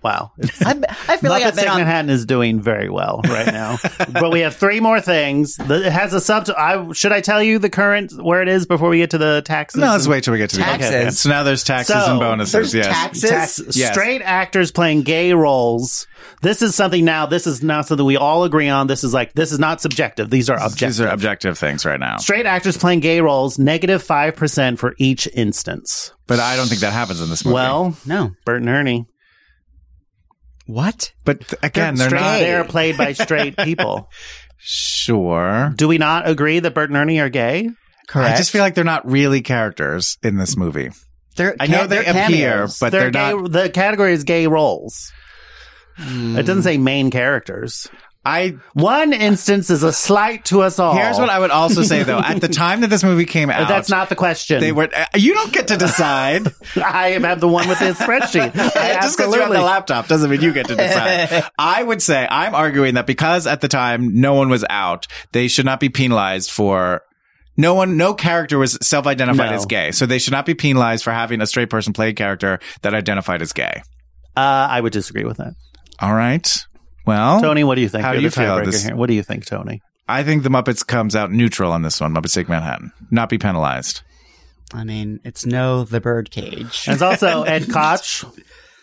Wow. It's-
I, I feel like
Muppets
I've been
Take
on
Manhattan is doing very well right now. but we have three more things. The- It has a sub. I should I tell you the current where it is before we get to the taxes?
No, let's wait till we get to
Taxes.
the okay, okay. So now there's taxes
So,
and bonuses.
there's
yes.
taxes?
Tax-
Yes.
Straight actors playing gay roles. This is something now. This is not something we all agree on. This is like this is not subjective. These are objective.
These are objective things right now.
Straight actors playing gay roles negative five percent for each instance.
But I don't think that happens in this movie.
Well,
no.
Bert and Ernie.
What?
but th- again, they're
straight,
not
They are played by straight people.
sure.
Do we not agree that Bert and Ernie are gay?
Correct.
I just feel like they're not really characters in this movie.
They're
I know
ca-
they
they're
appear,
cameos.
but they're,
gay,
not.
The category is gay roles. It doesn't say main characters.
I
One instance is a slight to us all.
here's what I would also say though. At the time that this movie came out,
Oh. But that's not the question.
They were. uh, You don't get to decide.
I am the one with the spreadsheet. I
Just because you have
absolutely.
the laptop doesn't mean you get to decide. I would say I'm arguing that because at the time no one was out, they should not be penalized for. No one, no character was self-identified
No.
as gay, so they should not be penalized for having a straight person play a character that identified as gay.
uh, I would disagree with that.
All right. Well,
Tony, what do you think?
How
You're
do you
the
feel about
tiebreaker
this?
here. What do you think, Tony?
I think the Muppets comes out neutral on this one. Muppets Take Manhattan, not be penalized.
I mean, it's no the birdcage.
And it's also Ed Koch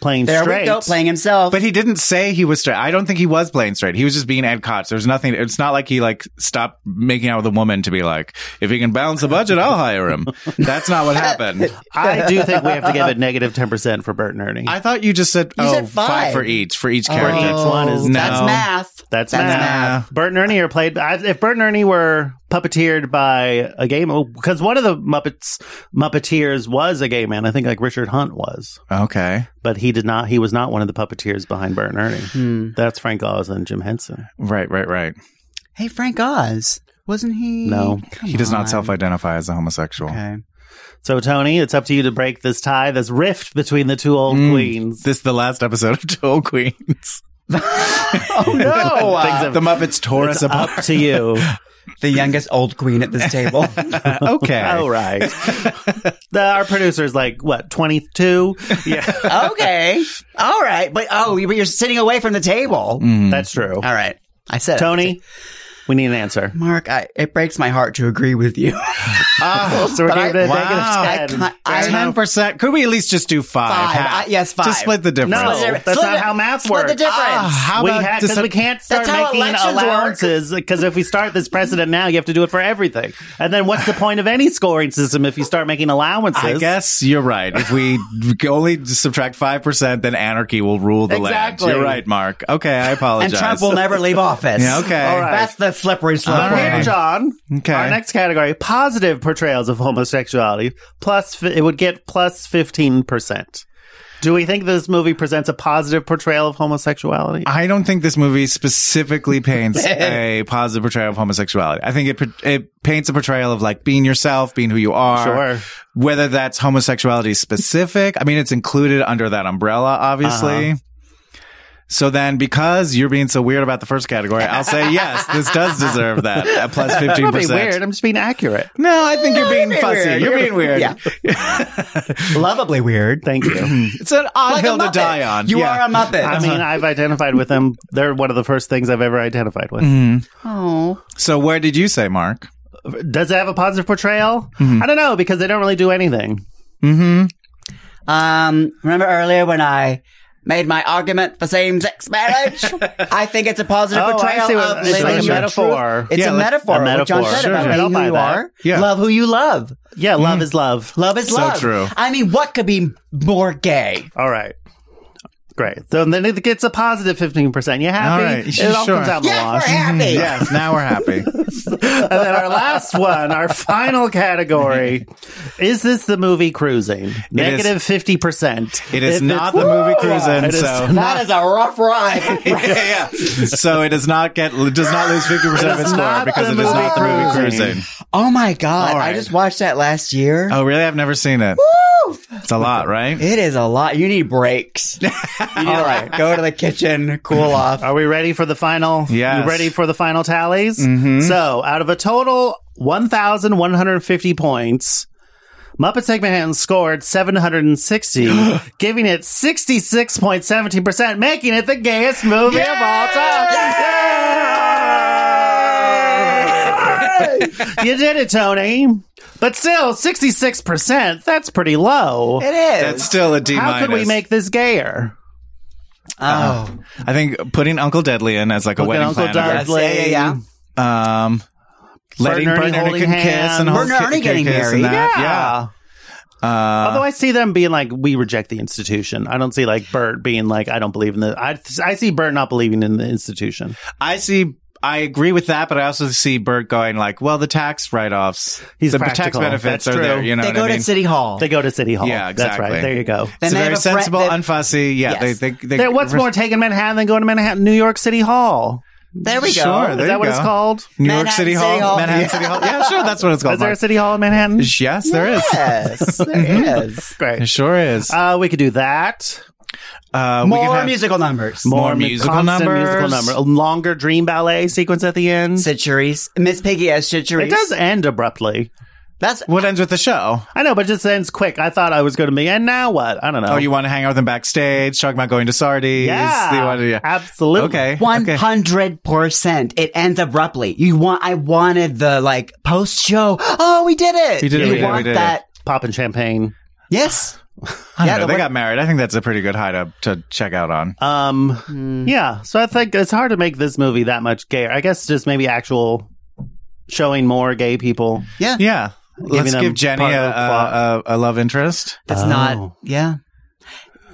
playing
There
straight.
we go, playing himself.
But he didn't say he was straight. I don't think he was playing straight. He was just being Ed Koch. There's nothing. It's not like he like stopped making out with a woman to be like, if he can balance the budget, I'll hire him. That's not what happened.
I do think we have to give it negative 10% for Bert and Ernie.
I thought you just said
You
oh
said
five
five.
for each for each
Oh,
character.
each one is-
that's
No.
math.
That's,
math.
math. Bert and Ernie are played. I, if Bert and Ernie were puppeteered by a gay man, because one of the Muppets Muppeteers was a gay man. I think like Richard Hunt was,
Okay,
but he did not. He was not one of the puppeteers behind Bert and Ernie. That's Frank Oz and Jim Henson.
right, right, right.
Hey, Frank Oz, wasn't he?
No.
Come
He does
on.
not self-identify as a homosexual.
Okay.
So Tony, it's up to you to break this tie, this rift between the two old queens.
This is the last episode of Toll Queens.
Oh no!
Things
Uh,
have-
The Muppets tore
it's
us apart.
up to you.
the youngest old queen at this table.
okay.
Oh right. the, our producer's like what twenty two. Yeah,
okay. All right. But oh, you- but you're sitting away from the table.
Mm.
that's true.
All right. I said it.
Tony, we need an answer.
Mark, I, it breaks my heart to agree with you.
So we're
Oh, But
giving
I-
it a
wow.
negative ten.
I can't- I
Ten percent. Could we at least just do five?
Five.
Half?
I- yes, five.
Just split the difference.
No,
Split the-
that's
split
not
the-
how math
split
works.
the difference.
Ah, how
we
about
had because
deci-
we can't start
That's how
making
elections work.
allowances because if we start this precedent now, you have to do it for everything. And then what's the point of any scoring system if you start making allowances?
I guess you're right. If we only subtract five percent, then anarchy will rule the
Exactly.
land. You're right, Mark. Okay, I apologize.
and Trump will never leave office.
Yeah, okay.
All right.
That's the slippery slope.
All
Here,
right.
John.
Okay.
Our next category: positive portrayals of homosexuality. Plus, fi- it would get plus fifteen percent. Do we think this movie presents a positive portrayal of homosexuality?
I don't think this movie specifically paints a positive portrayal of homosexuality. I think it it paints a portrayal of like being yourself, being who you are.
Sure.
Whether that's homosexuality specific, I mean, it's included under that umbrella, obviously. So then, because you're being so weird about the first category, I'll say yes, this does deserve that at plus fifteen
That'd be
percent.
weird. I'm just being accurate.
No, I think you're being
being
fussy.
weird.
You're being weird.
Yeah. Lovably weird.
Thank you.
It's an odd
Like a
hill to
Muppet.
die on.
You
Yeah.
are a Muppet.
I
Uh-huh.
mean, I've identified with them. They're one of the first things I've ever identified with.
oh.
So where did you say, Mark?
Does it have a positive portrayal?
Mm-hmm.
I don't know because they don't really do anything.
Um, remember earlier when I made my argument for same-sex marriage? I think it's a positive
Oh, I
portrayal
see what-
of
it's
living
like a
your
metaphor.
truth. It's
Yeah,
a
like-
metaphor.
a
What John
metaphor.
said
Sure,
about
sure.
being
I'll
who
buy
you
that.
are.
Yeah.
Love who you love.
Yeah,
Mm-hmm.
love is love.
Love is
So
love.
true.
I mean, what could be more gay?
All right. Great. So then it gets a positive 15%. You happy?
All right.
It all
Sure.
comes out in the
Yeah, we're
wash.
happy.
Yes, Mm, now we're happy.
and then our last one, our final category is this the movie Cruising? Negative 50%.
It is
If
not
it's-
the movie
Woo!
Cruising,
It is
so-
That is a rough ride.
yeah, yeah. So it does not get it does not lose fifty percent of
It
its
is
score
not
because
the
it is not the
movie
movie
Cruising.
cruising.
oh my god!
All
I
right.
just watched that last year.
Oh really? I've never seen it. It's a lot, right?
It is a lot. You need breaks. All right, go to the kitchen, cool off.
Are we ready for the final?
Yes.
You ready for the final tallies? Mm-hmm. So, out of a total 1,150 points, Muppet Take My Hand scored 760, giving it 66.17%, making it the gayest movie of all time. Yay! you did it, Tony. But still, 66%, that's pretty low.
It is.
That's still a D
How
minus.
could we make this gayer?
oh,
I think putting Uncle Deadly in as like a
Look at
wedding
Uncle
planner.
Dudley.
Yeah, yeah, yeah.
Um, letting
Ernie
Bert and Ernie
holding
can kiss
hands.
and hold
Bert and
ki-
Ernie
can
getting
kiss and
married.
that.
Yeah. Although I see them being like, we reject the institution. I don't see like Bert being like, I don't believe in the. I I see Bert not believing in the institution.
I see. I agree with that, but I also see Bert going like, "Well, the tax write-offs,
He's
the tax
practical.
benefits
That's
are
true.
there." You know
they
what
go
I mean?
to City Hall.
They go to City Hall.
Yeah,
That's
exactly.
right. There you go.
It's
Then they
very
have a friend-
sensible,
they-
unfussy. Yeah,
Yes.
they, they, they,
There- what's
res-
more taken Manhattan than going to Manhattan, New York City Hall?
there we go.
Sure,
Is
there
that
you
what
go.
it's called?
New York
Manhattan
City
City
Hall,
Hall.
Manhattan
Yeah.
City Hall. Yeah, sure, that's what it's called.
Is there a
Mark.
City Hall in Manhattan?
yes, there is. Mm-hmm.
Yes, there is.
It
Great.
sure is.
Uh, we could do that.
Uh, we can
More
have-
musical numbers.
More
mu-
musical
constant
numbers.
musical number. A longer dream ballet sequence at the end.
Situries. Miss Piggy has situries.
It does end abruptly.
That's
What ends with the show?
I know, but it just ends quick. I thought I was going to be, and now what? I don't know.
Oh, you want to hang out with them backstage, talking about going to Sardi's?
Yeah,
You want to- yeah.
absolutely.
Okay.
One
okay.
hundred percent. It ends abruptly. You want? I wanted the like post show. Oh, we did it.
We did it,
You
we did it, we
want
did it.
that?
popping champagne.
Yes.
I don't
Yeah,
know,
the
they
one-
got married. I think that's a pretty good high to, to check out on.
Um, yeah. So I think it's hard to make this movie that much gayer. I guess just maybe actual showing more gay people.
Yeah.
yeah. Let's
them
give Jenny
part
a,
of the plot.
a, a, a love interest.
That's
Oh.
not. Yeah.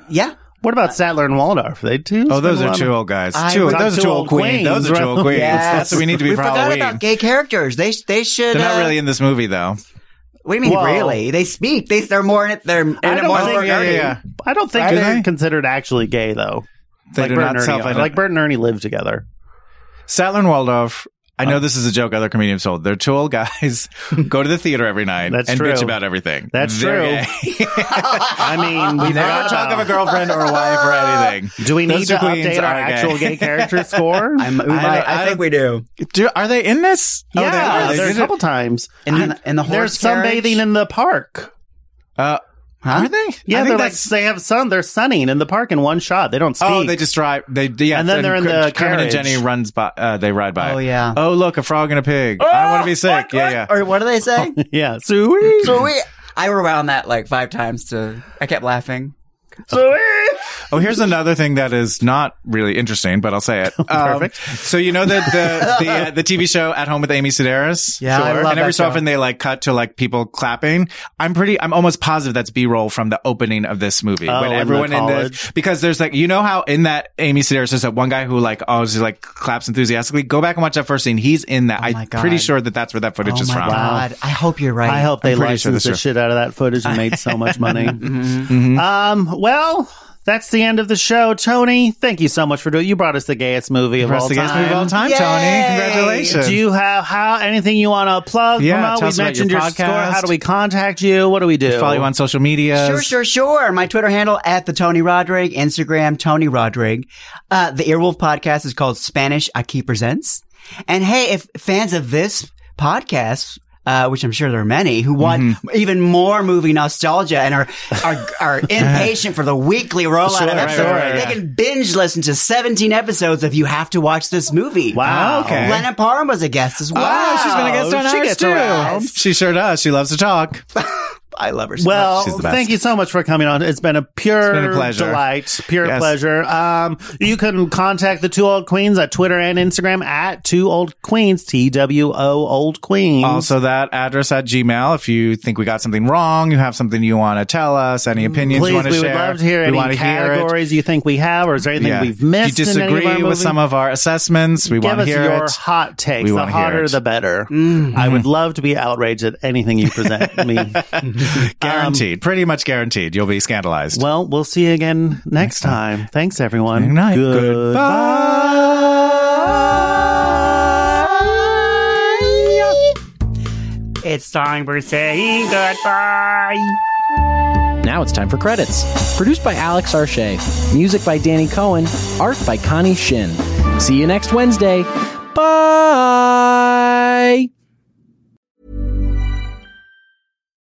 Yeah.
What about Sattler and Waldorf? They too.
Oh, those
spend a
are
lot
two
of-
old guys.
I
Two,
would-
those are two old queens. Those are two old queens.
Yes.
That's what we need to be
we
for
forgot
Halloween.
about gay characters. They sh- they should.
They're not
uh,
really in this movie, though.
What do you mean?
Well-
really? They speak. They they're more in it. They're in
I
it
don't
more.
think-
than
yeah, yeah,
Ernie.
yeah.
I don't think
Do
they're
they?
considered actually gay though.
They
like
do
Bert
not
and Ernie,
self-identify.
like Bert and Ernie live together.
Sattler and Waldorf. I
Uh,
know this is a joke other comedians told. They're two old guys go to the theater every night
That's
and
true.
bitch about everything.
That's
They're
true.
gay.
I mean, we
They don't
forgot
talk
about-
of a girlfriend or a wife or anything.
Do we
Those
need
two
to
queens
update our
are gay.
actual gay character score?
I'm- oh, we
I
might-
don't- I
I think
don't-
we do.
Do, are they in this? Oh, they
yeah,
are. They
there's
did
a
it.
couple times.
And the- and the
there's
horse carriage?
sunbathing in the park.
Uh, Are
Yeah,
they? I think
they're like
that's-
they have sun. They're sunning in the park in one shot. They don't speak.
Oh, they just drive. They yeah,
And then they're in
Ker-
the
Kermit and
carriage.
Jenny runs by. Uh, they ride by.
Oh, yeah.
Oh look, a frog and a pig. I
Oh,
want to be sick. yeah, yeah.
Or what do they say?
yeah. Sweet.
so we. I rewound that like five times to. I kept laughing.
Oh, here's another thing that is not really interesting, but I'll say it. Perfect. so you know that the the, uh, the TV show At Home with Amy Sedaris.
Yeah, I love
And every
that
so
show.
often they like cut to like people clapping. I'm pretty. I'm almost positive that's B roll from the opening of this movie
Oh,
when
in the
everyone in, this
college.
because there's like you know how in that Amy Sedaris there's that one guy who like oh just like claps enthusiastically. Go back and watch that first scene. He's in
Oh
that.
my
I'm
God.
pretty sure that that's where that footage
oh
is
my
from.
god! I hope you're right.
I hope they
I'm pretty sure
licensed
that's Mm-hmm.
the shit out of that footage and made so much money. Um, well, that's the end of the show, Tony. Thank you so much for doing. You brought us the gayest movie of
Press
all
the
time.
gas move all time,
Yay!
Tony. Congratulations.
Do you have how anything you want to plug?
Yeah,
promote?
tell
we
us about
mentioned
your
score.
podcast.
How do we contact you? What do we do?
follow you on social media?
Sure, sure, sure. My Twitter handle at the Tony Rodrig, Instagram Tony Rodrig. Uh, the Earwolf podcast is called Spanish Aki Presents. And hey, if fans of this podcast, uh, which I'm sure there are many who want
Mm-hmm.
even more movie nostalgia and are are, are impatient for the weekly rollout
Sure,
of
right,
episodes.
right, right,
they can binge listen to 17 episodes if you have to watch this movie.
Wow.
Okay.
Lennon Parham was a guest as well.
Wow, she's been a guest on
She
ours
gets
too.
around.
She sure does. She loves to talk.
I love her so
Well,
much.
She's the best.
thank you so much for coming on. It's been a pure
been a pleasure.
delight, pure
Yes.
pleasure. Um, you can contact the Two Old Queens at Twitter and Instagram at Two Old Queens, T W O Old Queens.
Also, that address at Gmail. If you think we got something wrong, you have something you want to tell us, any opinions
Mm, Please,
you want to
we
share,
would love to hear
we
any
wanna hear it.
categories you think we have, or is there anything
Yeah.
we've missed?
You
in any of
disagree
our
with
movies?
some of our assessments? We
Give
want to
us
hear
your
it.
hot takes.
We
the
wanna hear
hotter,
it. Mm.
the better. I would love to be outraged at anything you present me.
guaranteed, pretty much guaranteed. You'll be scandalized.
um, Well, we'll see you again next time. Thanks, everyone.
Good night.
It's time for saying goodbye.
Now it's time for credits. Produced by Alex Arche. Music by Danny Cohen. Art by Connie Shin. See you next Wednesday. Bye.